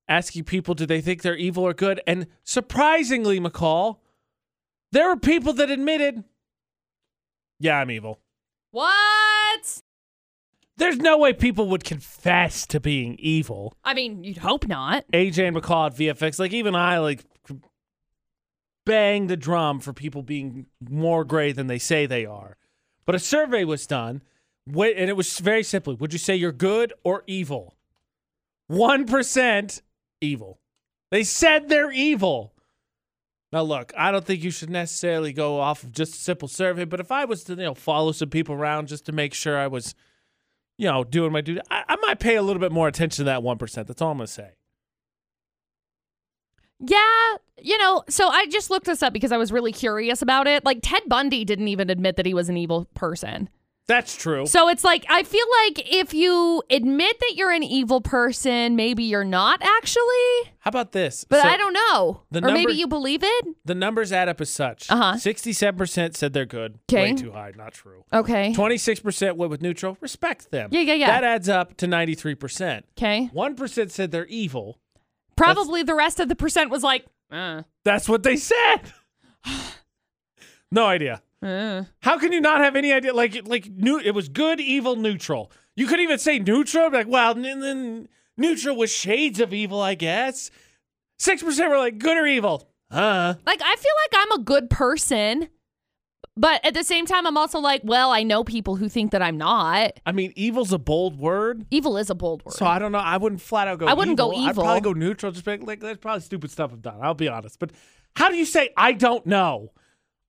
asking people do they think they're evil or good, and surprisingly, McCall, there were people that admitted, "Yeah, I'm evil."
What?
There's no way people would confess to being evil.
I mean, you'd hope not.
AJ and McCall at VFX, like even I like bang the drum for people being more gray than they say they are. But a survey was done, wh- and it was very simply: Would you say you're good or evil? One percent evil. They said they're evil. Now look, I don't think you should necessarily go off of just a simple survey, but if I was to you know follow some people around just to make sure I was, you know, doing my duty, I, I might pay a little bit more attention to that one percent. That's all I'm gonna say.
Yeah, you know, so I just looked this up because I was really curious about it. Like Ted Bundy didn't even admit that he was an evil person.
That's true.
So it's like I feel like if you admit that you're an evil person, maybe you're not actually,
How about this?
but
So
I don't know.
the
or
number-
maybe you believe it?
The numbers add up as such.
Uh-huh.
Sixty-seven percent said they're good. Way
Okay.
too high. Not true.
Okay.
Twenty-six percent went with neutral. Respect them.
Yeah, yeah, yeah.
That adds up to ninety-three percent.
Okay.
One percent said they're evil.
Probably the rest of the percent was like, uh,
That's what they said. no idea.
uh.
How can you not have any idea? Like, like new. It was good, evil, neutral. You couldn't even say neutral. Be Like, well, then then neutral was shades of evil, I guess. Six percent were like good or evil. Uh-huh. Huh.
Like I feel like I'm a good person, but at the same time I'm also like, well, I know people who think that I'm not.
I mean, evil's a bold word.
Evil is a bold word.
So I don't know. I wouldn't flat out go.
I wouldn't go evil.
I'd probably go neutral. Just be like, like that's probably stupid stuff I've done. I'll be honest. But how do you say I don't know?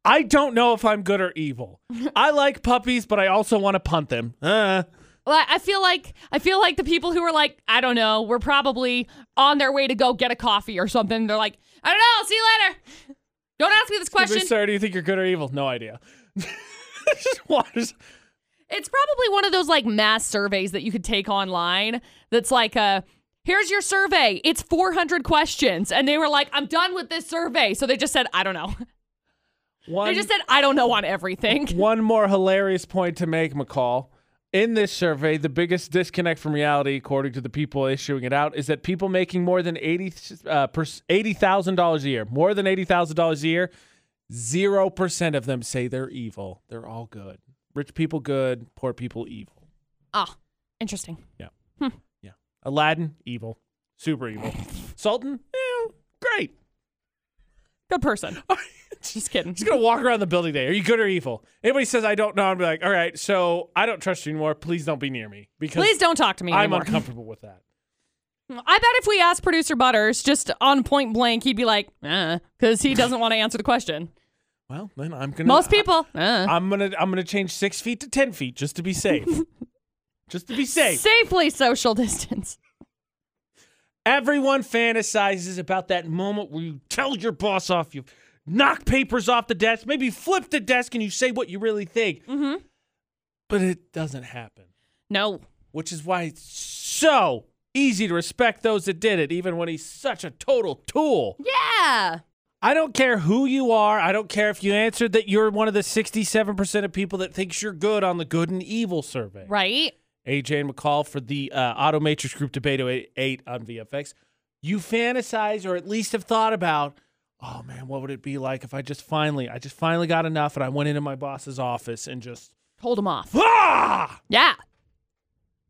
I don't know if I'm good or evil. I like puppies, but I also want to punt them. Uh,
Well, I I feel like I feel like the people who are like, I don't know, we're probably on their way to go get a coffee or something. They're like, I don't know, I'll see you later. Don't ask me this question.
Sir, do you think you're good or evil? No idea. Just waters.
It's probably one of those like mass surveys that you could take online that's like a here's your survey. It's 400 questions and they were like, I'm done with this survey. So they just said, I don't know.
One,
They just said, I don't know on everything.
one more hilarious point to make, McCall. In this survey, the biggest disconnect from reality, according to the people issuing it out, is that people making more than eighty uh, per- eighty thousand dollars a year, more than eighty thousand dollars a year, zero percent of them say they're evil. They're all good. Rich people good, poor people evil.
Ah, interesting.
Aladdin evil, super evil. Sultan, yeah, great.
Good person. Just kidding.
Just gonna walk around the building today. Are you good or evil? Anybody says I don't know, I'm like, all right, so I don't trust you anymore. Please don't be near me because
Please don't talk to me
I'm
anymore.
uncomfortable with that.
I bet if we asked producer Butters just on point blank, he'd be like, because he doesn't want to answer the question.
Well, then I'm gonna.
Most people,
I,
uh,
am gonna. I'm gonna change six feet to ten feet just to be safe. just to be safe.
safely social distance.
Everyone fantasizes about that moment where you tell your boss off, you knock papers off the desk, maybe flip the desk, and you say what you really think.
Mhm.
But it doesn't happen,
No.
which is why it's so easy to respect those that did it, even when he's such a total tool.
Yeah.
I don't care who you are. I don't care if you answered that you're one of the 67% of people that thinks you're good on the good and evil survey.
Right?
AJ and McCall for the uh, Auto Matrix Group Debate 8 on VFX. You fantasize or at least have thought about, oh man, what would it be like if I just finally, I just finally got enough and I went into my boss's office and just,
Hold him off.
ah!
Yeah.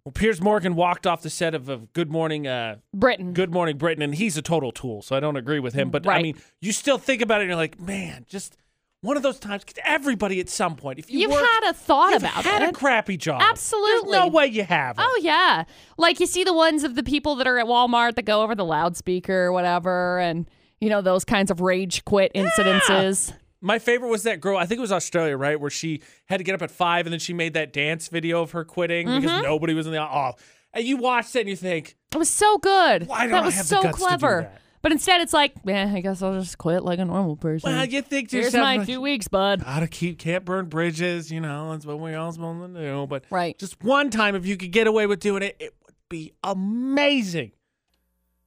Well, Piers Morgan walked off the set of, of Good Morning uh,
Britain.
Good Morning Britain, and he's a total tool, so I don't agree with him. But I
Right.
mean, you still think about it, and you're like, man, just one of those times. 'cause Everybody at some point, if you
You've
work,
had a thought
you've
about
had
it.
a crappy job.
Absolutely.
There's no way you haven't.
Oh yeah. Like you see the ones of the people that are at Walmart that go over the loudspeaker or whatever and you know those kinds of rage quit incidences.
My favorite was that girl. I think it was Australia, right, where she had to get up at five, and then she made that dance video of her quitting
Mm-hmm.
because nobody was in the oh. And you watch that and you think,
It was so good.
Why don't
that
I
was
have the
so
guts to do
clever.
that?
But instead it's like, yeah, I guess I'll just quit like a normal person.
well, you think to
Here's
yourself,
my
like,
two weeks, bud.
gotta keep can't burn bridges. You know, that's what we all supposed to do. But
Right.
just one time, if you could get away with doing it, it would be amazing.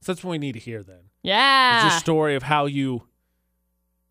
So that's what we need to hear then. It's
Yeah.
your story of how you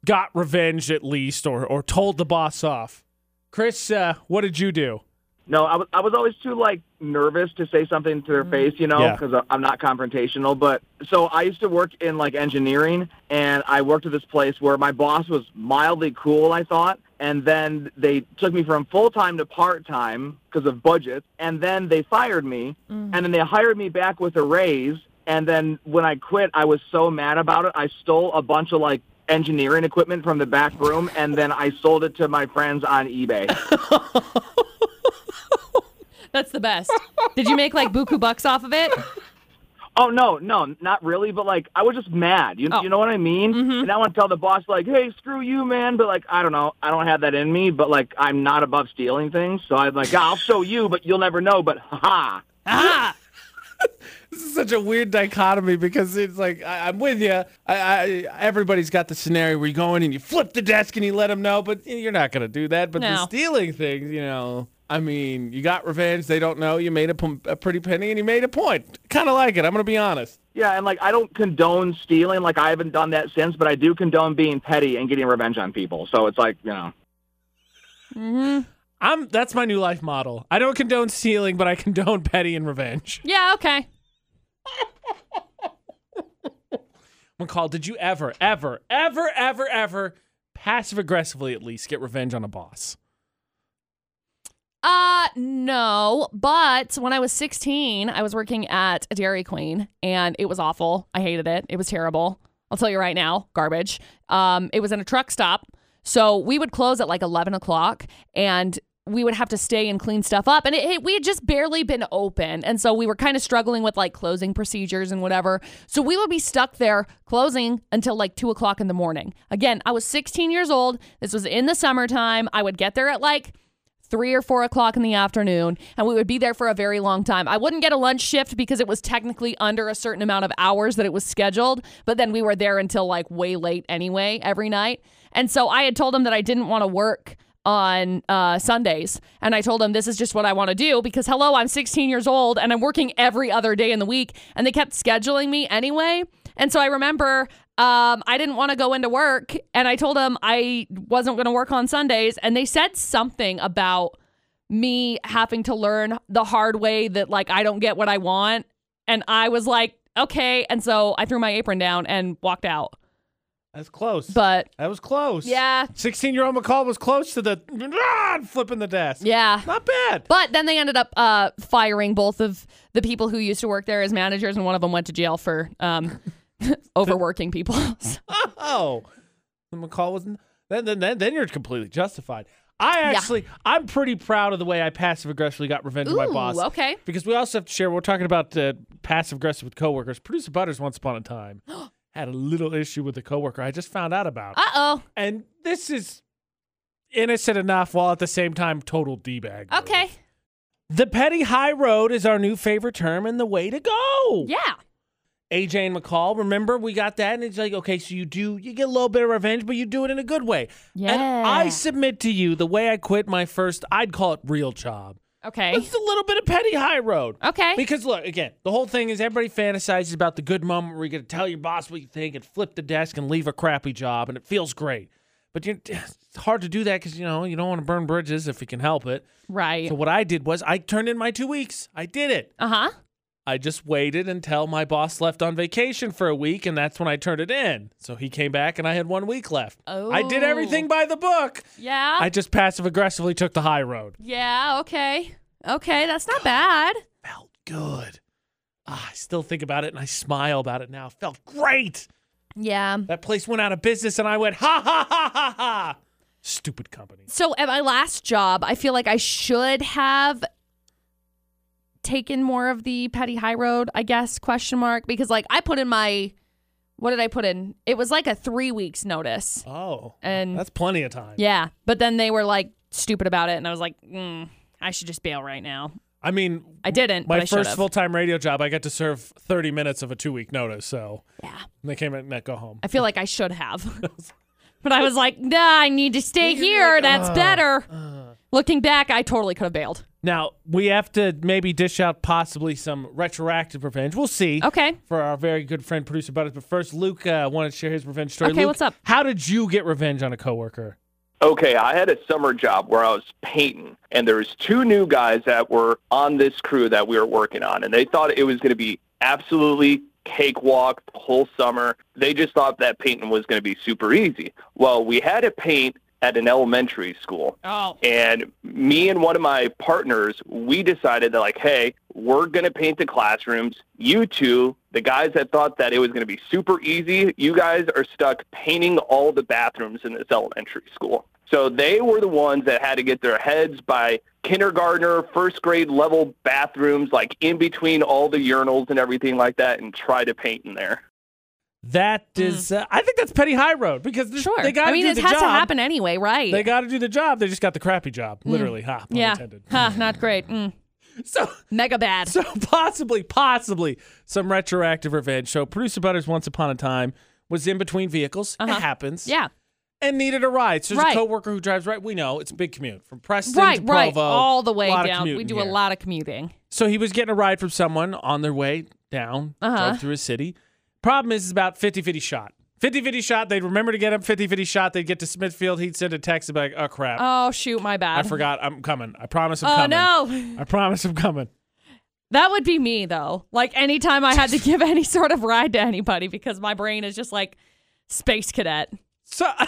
got revenge at least, or or told the boss off. Chris, uh, what did you do?
No, I was I was always too like nervous to say something to their face, you know,
Yeah.
because I'm not confrontational. But so I used to work in like engineering, and I worked at this place where my boss was mildly cool, I thought, and then they took me from full time to part time because of budgets, and then they fired me, and then they hired me back with a raise. And then when I quit, I was so mad about it. I stole a bunch of like engineering equipment from the back room, and then I sold it to my friends on eBay.
That's the best. Did you make like buku bucks off of it?
Oh no, no, not really. But like, I was just mad. You,
Oh.
you know what I mean? And I want to tell the boss like, "Hey, screw you, man." But like, I don't know. I don't have that in me. But like, I'm not above stealing things. So I'm like, "I'll show you," but you'll never know. But ha.
Ah,
This is such a weird dichotomy because it's like I, I'm with you. I, I everybody's got the scenario where you go in and you flip the desk and you let them know, but you're not gonna do that. But the
No.
stealing things, you know. I mean, you got revenge. They don't know. You made a, p- a pretty penny and you made a point. Kind of like it. I'm gonna be honest.
Yeah, and like, I don't condone stealing. Like, I haven't done that since. But I do condone being petty and getting revenge on people. So it's like, you know.
I'm. That's my new life model. I don't condone stealing, but I condone petty and revenge.
yeah, okay.
McCall, did you ever, ever, ever, ever, ever, passive aggressively at least, get revenge on a boss?
Uh, no. But when I was 16, I was working at a Dairy Queen and it was awful. I hated it. It was terrible. I'll tell you right now, garbage. Um, it was in a truck stop. So we would close at like 11 o'clock and we would have to stay and clean stuff up. And it, it, we had just barely been open. And so we were kind of struggling with like closing procedures and whatever. So we would be stuck there closing until like two o'clock in the morning. Again, I was 16 years old. This was in the summertime. I would get there at like three or four o'clock in the afternoon, and we would be there for a very long time. I wouldn't get a lunch shift because it was technically under a certain amount of hours that it was scheduled, but then we were there until like way late anyway every night. And so I had told him that I didn't want to work on uh, Sundays. And I told him this is just what I want to do because, hello, I'm 16 years old and I'm working every other day in the week. And they kept scheduling me anyway. And so I remember um, I didn't want to go into work, and I told them I wasn't going to work on Sundays, and they said something about me having to learn the hard way that like I don't get what I want, and I was like, okay, and so I threw my apron down and walked out.
That's close.
But
that was close.
yeah,
16 year old McCall was close to the ah, flipping the desk.
yeah.
Not bad.
But then they ended up uh, firing both of the people who used to work there as managers, and one of them went to jail for um, overworking people. So-
Oh, the McCall was then then then, then you're completely justified. I actually I'm pretty proud of the way I passive aggressively got revenge on my
Ooh,
boss.
okay.
Because we also have to share. We're talking about uh, passive aggressive with coworkers. Producer Butters once upon a time had a little issue with a coworker. I just found out about,
Uh oh.
and this is innocent enough while at the same time total d bag.
Okay.
The petty high road is our new favorite term and the way to go.
Yeah.
AJ and McCall, remember we got that, and it's like, okay, so you do you get a little bit of revenge, but you do it in a good way. And I
Yeah.
submit to you the way I quit my first, I'd call it real job.
Okay.
It's a little bit of petty high road.
Okay.
Because look, again, the whole thing is everybody fantasizes about the good moment where you get to tell your boss what you think and flip the desk and leave a crappy job, and it feels great. But you, it's hard to do that because you know you don't want to burn bridges if you can help it.
Right.
So what I did was I turned in my two weeks. I did it.
Uh huh.
I just waited until my boss left on vacation for a week, and that's when I turned it in. So he came back, and I had one week left. I did
Oh.
everything by the book.
Yeah.
I just passive aggressively took the high road.
yeah. Okay. Okay. That's not bad.
Felt good. Ah, I still think about it, and I smile about it now. Felt great.
Yeah.
That place went out of business, and I went ha ha ha ha ha. Stupid company.
So at my last job, I feel like I should have taken more of the petty high road, I guess, question mark. Because like I put in my what did I put in? It was like a three weeks notice.
Oh,
And-
that's plenty of time.
Mm. Yeah. But then they were like stupid about it and I was like, mm, I should just bail right now.
I mean,
I didn't,
my
but I should
first
have.
full time radio job, I got to serve 30 minutes of a two week notice. So
yeah.
they came in and go home.
I feel like I should have. but I was like, nah, I need to stay here. That's
uh,
better. Looking back, I totally could have bailed.
Now we have to maybe dish out possibly some retroactive revenge. We'll see.
Okay.
For our very good friend producer Butters, but first Luke uh, wanted to share his revenge story.
Okay,
Luke,
what's up?
How did you get revenge on a coworker?
Okay, I had a summer job where I was painting, and there was two new guys that were on this crew that we were working on, and they thought it was going to be absolutely cakewalk the whole summer. They just thought that painting was going to be super easy. Well, we had to paint at an elementary school.
Oh.
And me and one of my partners, we decided that, like, hey, we're going to paint the classrooms. You two, the guys that thought that it was going to be super easy, you guys are stuck painting all the bathrooms in this elementary school. So they were the ones that had to get their heads by kindergartner, first grade level bathrooms, like in between all the urinals and everything like that, and try to paint in there.
That is, uh, I think that's petty high road because this-
Hmm. Sure.
they got
I mean,
do
it
the
has
job.
to happen anyway, right?
They got to do the job. They just got the crappy job, literally. Ha, pun
yeah.
intended.
Ha, not great. Mm.
So,
Mega bad.
so possibly, possibly some retroactive revenge. So, producer Butters, once upon a time, was in between vehicles.
Uh-huh.
It happens.
yeah.
and needed a ride. So there's
Right.
a coworker who drives right. We know it's a big commute from Preston
Right,
to Provo,
right. All the way
a lot of
down. We
commuting
do a
here.
lot of commuting.
So he was getting a ride from someone on their way down,
Uh-huh.
drove through a city. Problem is, it's about 50-50 shot. 50-50 shot. They'd remember to get him 50-50 shot. They'd get to Smithfield. He'd send a text and be like, "Oh crap,
Oh, shoot. My bad.
I forgot. I'm coming. I promise I'm
Oh,
coming.
no.
I promise I'm coming."
That would be me, though. Like, anytime I had to give any sort of ride to anybody because my brain is just like space cadet.
So.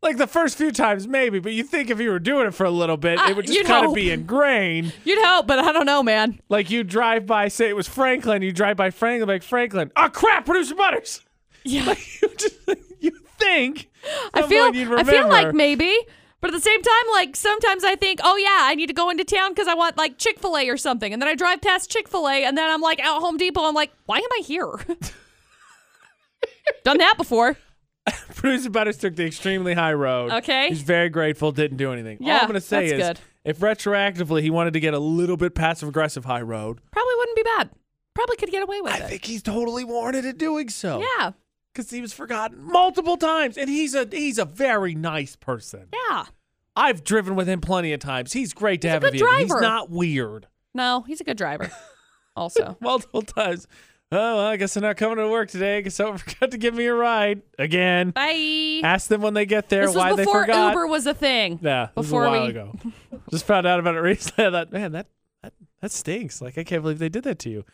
Like the first few times, maybe, but you think if you were doing it for a little bit,
Uh,
it would
you'd
just kind
hope.
of be ingrained.
You'd hope, but I don't know, man.
Like you drive by, say it was Franklin, you drive by Franklin, like Franklin. Oh crap, producer Butters.
Yeah.
you just you think
I feel,
someone you'd
I feel like
remember.
maybe. But at the same time, like sometimes I think, oh yeah, I need to go into town because I want like Chick Fil A or something, and then I drive past Chick Fil A, and then I'm like at Home Depot, I'm like, why am I here? Done that before.
producer Butters took the extremely high road.
Okay.
he's very grateful. Didn't do anything. All
Yeah,
I'm gonna say
that's
is,
good.
if retroactively he wanted to get a little bit passive aggressive high road,
Probably wouldn't be bad. Probably could get away with
I
it.
think he's totally warranted in doing so.
yeah,
because he was forgotten multiple times, and he's a he's a very nice person.
yeah.
I've driven with him plenty of times. He's great to
He's a
have in
good
vehicle.
driver.
He's not weird.
No, he's a good driver. Also,
multiple times. Oh, well, I guess they're not coming to work today. I guess someone forgot to give me a ride again.
bye.
Ask them when they get there
this
why
was
they
before
forgot.
Uber was a thing.
Yeah, this was a
Before
while
we-
ago. Just found out about it recently. I thought, man, that, that that stinks. Like, I can't believe they did that to you.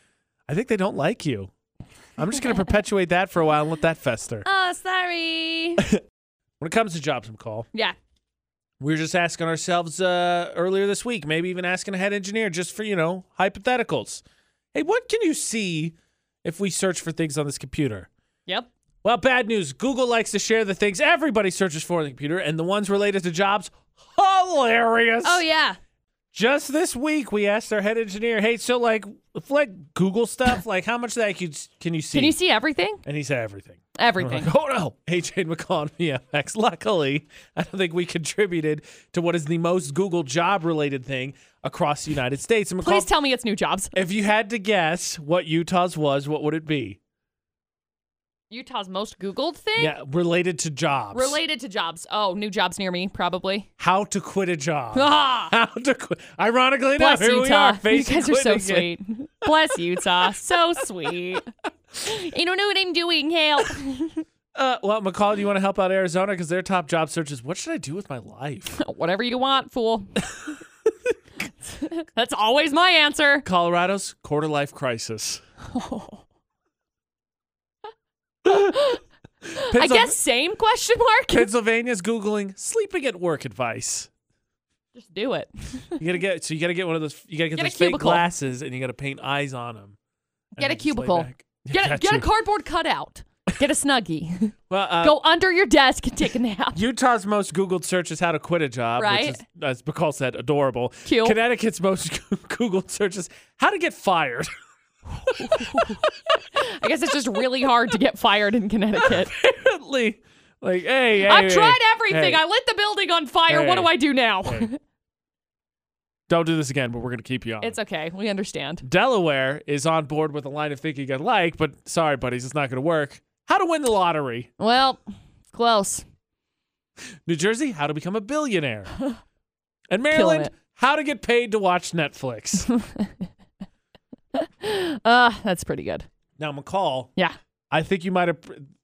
I think they don't like you. I'm just going to perpetuate that for a while and let that fester.
Oh, sorry.
When it comes to jobs and call,
yeah.
we were just asking ourselves uh, earlier this week, maybe even asking a head engineer just for, you know, hypotheticals. Hey, what can you see if we search for things on this computer?
Yep.
Well, bad news. Google likes to share the things everybody searches for on the computer, and the ones related to jobs, hilarious.
Oh yeah.
Just this week, we asked our head engineer, "Hey, so like, if, like Google stuff, like how much of that you, can you see?"
Can you see everything?
And he said everything. And we're
Everything.
Like, oh no, AJ McCall on VFX. Luckily, I don't think we contributed to what is the most Google job-related thing across the United States. And
Please
McCall,
tell me it's new jobs.
if you had to guess what Utah's was, what would it be?
Utah's most Googled thing?
Yeah, related to jobs.
Related to jobs. Oh, new jobs near me, probably.
How to quit a job.
Ah!
How to quit? Ironically enough,
Bless
here we
Utah.
are.
you
facing
guys are so
quitting again.
sweet. Bless Utah. So sweet. You don't know what I'm doing. Help.
Uh, well, McCall, do you want to help out Arizona because their top job search is what should I do with my life?
Whatever you want, fool. That's always my answer.
Colorado's quarter life crisis.
I
Pennsyl-
guess same question mark.
Pennsylvania's googling sleeping at work advice.
Just do it.
You gotta get so you gotta get one of those. You gotta get,
Get a
those fake
cubicle.
glasses and you gotta paint eyes on them.
Get a cubicle. Get a, get a cardboard cutout. Get a snuggie.
Well, uh,
Go under your desk and take a nap.
Utah's most Googled search is how to quit a job,
Right.
which is, as Bacall said, adorable.
Cute.
Connecticut's most Googled search is how to get fired.
I guess it's just really hard to get fired in Connecticut.
Apparently, like, hey, hey,
I've
hey,
tried
hey,
everything.
hey,
I lit the building on fire. What
Hey.
do I do now?
Hey. Uh. don't do this again, but we're gonna keep you on.
It's okay. We understand.
Delaware is on board with a line of thinking I like, but sorry, buddies, it's not gonna work. How to win the lottery.
Well, close.
New Jersey, how to become a billionaire. And
Killing
Maryland,
it.
how to get paid to watch Netflix.
Uh, that's pretty good.
now, McCall,
Yeah.
I think you might have.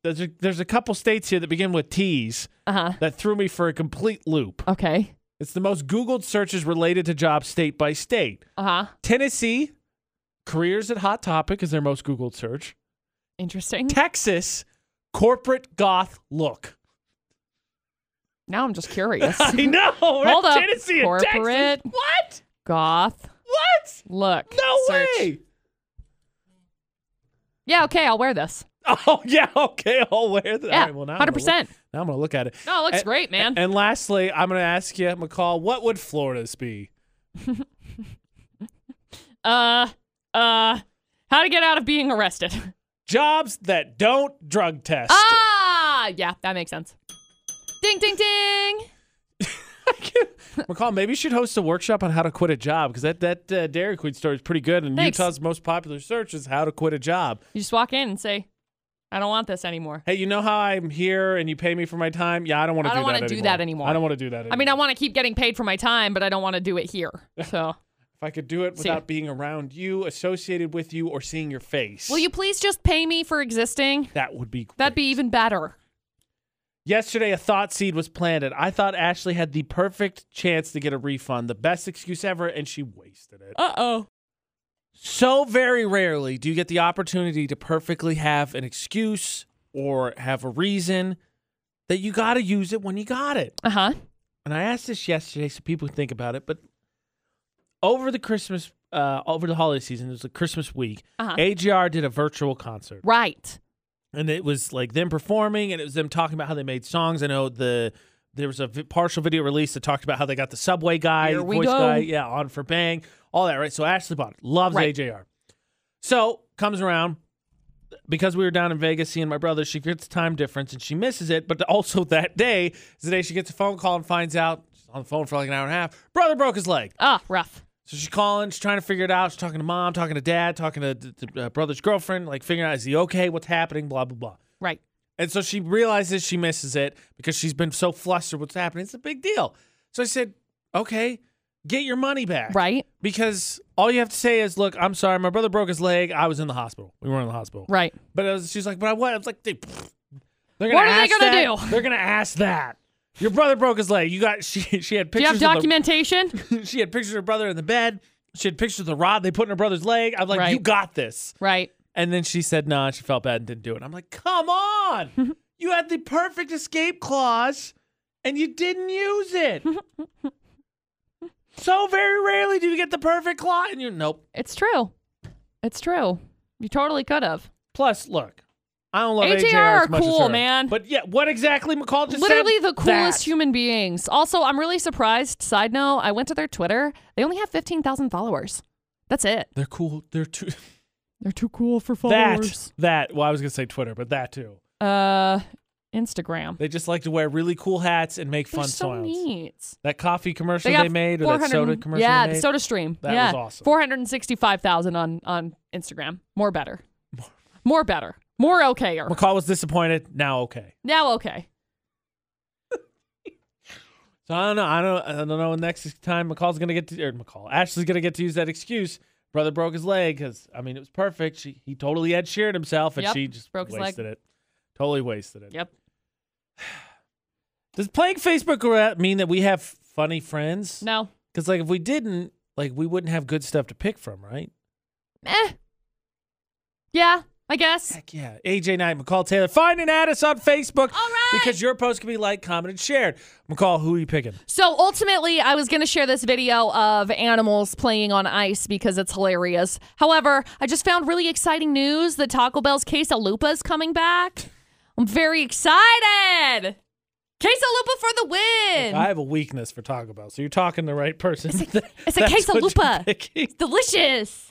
There's a, there's a couple states here that begin with T's
Uh huh.
that threw me for a complete loop.
Okay.
It's the most Googled searches related to jobs state by state.
Uh huh.
Tennessee, careers at Hot Topic is their most Googled search.
Interesting.
Texas, corporate goth look.
Now I'm just curious.
I know.
Hold up,
Tennessee and Texas.
corporate.
What?
Goth.
What?
Look.
No
search.
way.
Yeah, okay, I'll wear this.
Oh yeah. Okay. I'll wear that. All
Yeah,
right, well, now I'm gonna
hundred percent.
look- Now I'm gonna look at it.
No, it looks
And-
great, man.
And lastly, I'm gonna ask you, McCall, what would Florida's be?
Uh, uh, how to get out of being arrested?
Jobs that don't drug test.
ah, yeah, that makes sense. Ding, ding, ding.
McCall, maybe you should host a workshop on how to quit a job because that that uh, Dairy Queen story is pretty good. And
Thanks.
Utah's most popular search is how to quit a job.
You just walk in and say, "I don't want this anymore."
Hey, you know how I'm here and you pay me for my time? Yeah, I don't want to
I
do
don't
that
wanna
anymore.
do that anymore.
I don't want to do that anymore.
I mean, I want to keep getting paid for my time, but I don't want to do it here. So,
if I could do it
See ya.
without being around you, associated with you, or seeing your face,
will you please just pay me for existing?
That would be.
That'd be
great.
even better.
Yesterday, a thought seed was planted. I thought Ashley had the perfect chance to get a refund, the best excuse ever, and she wasted it.
Uh oh.
So very rarely do you get the opportunity to perfectly have an excuse or have a reason that you got to use it when you got it.
Uh huh.
And I asked this yesterday so people can think about it, but over the Christmas, uh, over the holiday season, it was the Christmas week,
Uh-huh.
AGR did a virtual concert.
Right.
And it was like them performing and it was them talking about how they made songs. I know the. There was a vi- partial video release that talked about how they got the subway guy,
Here we
voice
go.
guy, yeah, on for bang, all that, right? So Ashley Bond loves
Right.
AJR. So comes around because we were down in Vegas seeing my brother. She gets time difference and she misses it. But also that day is the day she gets a phone call and finds out she's on the phone for like an hour and a half. Brother broke his leg.
Ah, rough.
So she's calling, she's trying to figure it out. She's talking to mom, talking to dad, talking to th- th- uh, brother's girlfriend, like figuring out is he okay? What's happening? Blah blah blah.
Right.
And so she realizes she misses it because she's been so flustered. What's happening? It's a big deal. So I said, okay, get your money back.
Right.
Because all you have to say is, look, I'm sorry, my brother broke his leg. I was in the hospital. We were in the hospital.
Right.
But I was, she's like, but I what? I was like, dude, pfft, they're gonna
What are they
ask
gonna
that.
do?
They're gonna ask that. Your brother broke his leg. You got she. She had
Do you
pictures.
have
of the-
documentation?
she had pictures of her brother in the bed. She had pictures of the rod they put in her brother's leg. I'm like,
Right.
you got this.
right.
And then she said, nah, she felt bad and didn't do it. I'm like, come on. you had the perfect escape clause and you didn't use it. so very rarely do you get the perfect clause and you nope.
It's true. It's true. You totally could have.
Plus, look, I don't love AJR,
AJR
as
are
much as
cool,
her.
man.
But yeah, what exactly McCall just said?
literally the coolest
That.
human beings. Also, I'm really surprised. Side note: I went to their Twitter. They only have fifteen thousand followers. That's it.
They're cool. They're too
They're too cool for
that that. Well, I was gonna say Twitter, but that too.
Uh, Instagram.
They just like to wear really cool hats and make
They're
fun
so
sounds.
neat.
That coffee commercial they,
got
made, or that
400
soda commercial
Yeah,
they
the
made.
Soda Stream.
That
yeah.
was awesome.
Four hundred and sixty-five thousand on on Instagram. More better. More better. More okayer.
McCall was disappointed. Now okay.
Now okay.
So I don't know. I don't. I don't know. when Next time McCall's gonna get to or McCall Ashley's gonna get to use that excuse. Brother broke his leg because I mean it was perfect. She he totally Ed Sheeran himself, and
Yep,
she just
broke his leg.
wasted it. Totally wasted it.
Yep.
Does playing Facebook ra- mean that we have funny friends?
No.
Because like if we didn't, like we wouldn't have good stuff to pick from, right?
Eh. Yeah. I guess.
Heck yeah. AJ Knight, McCall Taylor, find and add us on Facebook.
All right.
Because your post can be liked, commented, and shared. McCall, who are you picking?
So ultimately, I was going to share this video of animals playing on ice because it's hilarious. However, I just found really exciting news that Taco Bell's quesalupa is coming back. I'm very excited. Quesalupa for the win.
I have a weakness for Taco Bell, so you're talking to the right person. It's a,
it's a quesalupa. It's delicious.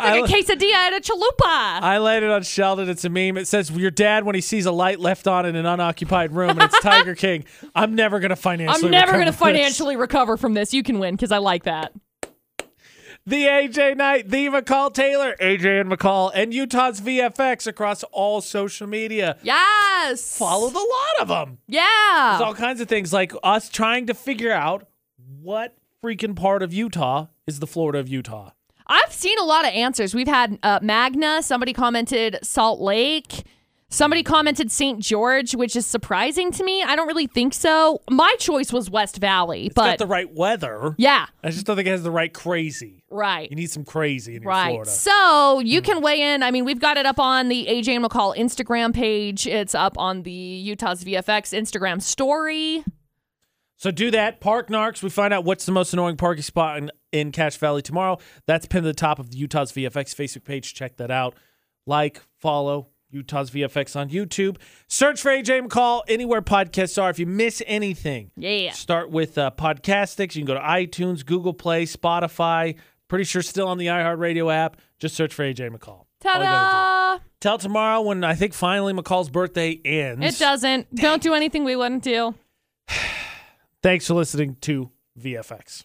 I,
Like a quesadilla and a chalupa.
I laid it on Sheldon. It's a meme. It says, Your dad, when he sees a light left on in an unoccupied room and it's Tiger King, I'm never going to financially
I'm never
going to
financially recover from this. You can win because I like that.
The AJ Knight, the McCall Taylor, AJ and McCall, and Utah's VFX across all social media.
Yes.
Follow the lot of them. There's
Yeah.
all kinds of things like us trying to figure out what freaking part of Utah is the Florida of Utah.
I've seen a lot of answers. We've had uh, Magna, somebody commented Salt Lake, somebody commented St. George, which is surprising to me. I don't really think so. My choice was West Valley,
It's
but
got the right weather.
yeah,
I just don't think it has the right crazy.
right.
You need some crazy in your
Right.
Florida. Hmm.
So you can weigh in. I mean, we've got it up on the AJ and McCall Instagram page. It's up on the Utah's VFX Instagram story.
So do that. Park Narcs. We find out what's the most annoying parking spot in, in Cache Valley tomorrow. That's pinned to the top of the Utah's VFX Facebook page. Check that out. Like, follow Utah's VFX on YouTube. Search for AJ McCall anywhere podcasts are. If you miss anything,
Yeah.
Start with uh, Podcastics. You can go to iTunes, Google Play, Spotify. Pretty sure still on the iHeartRadio app. Just search for AJ McCall. All you gotta do.
Ta
Till tomorrow when I think finally McCall's birthday ends.
da! It doesn't. Don't do anything we wouldn't do.
Thanks for listening to VFX.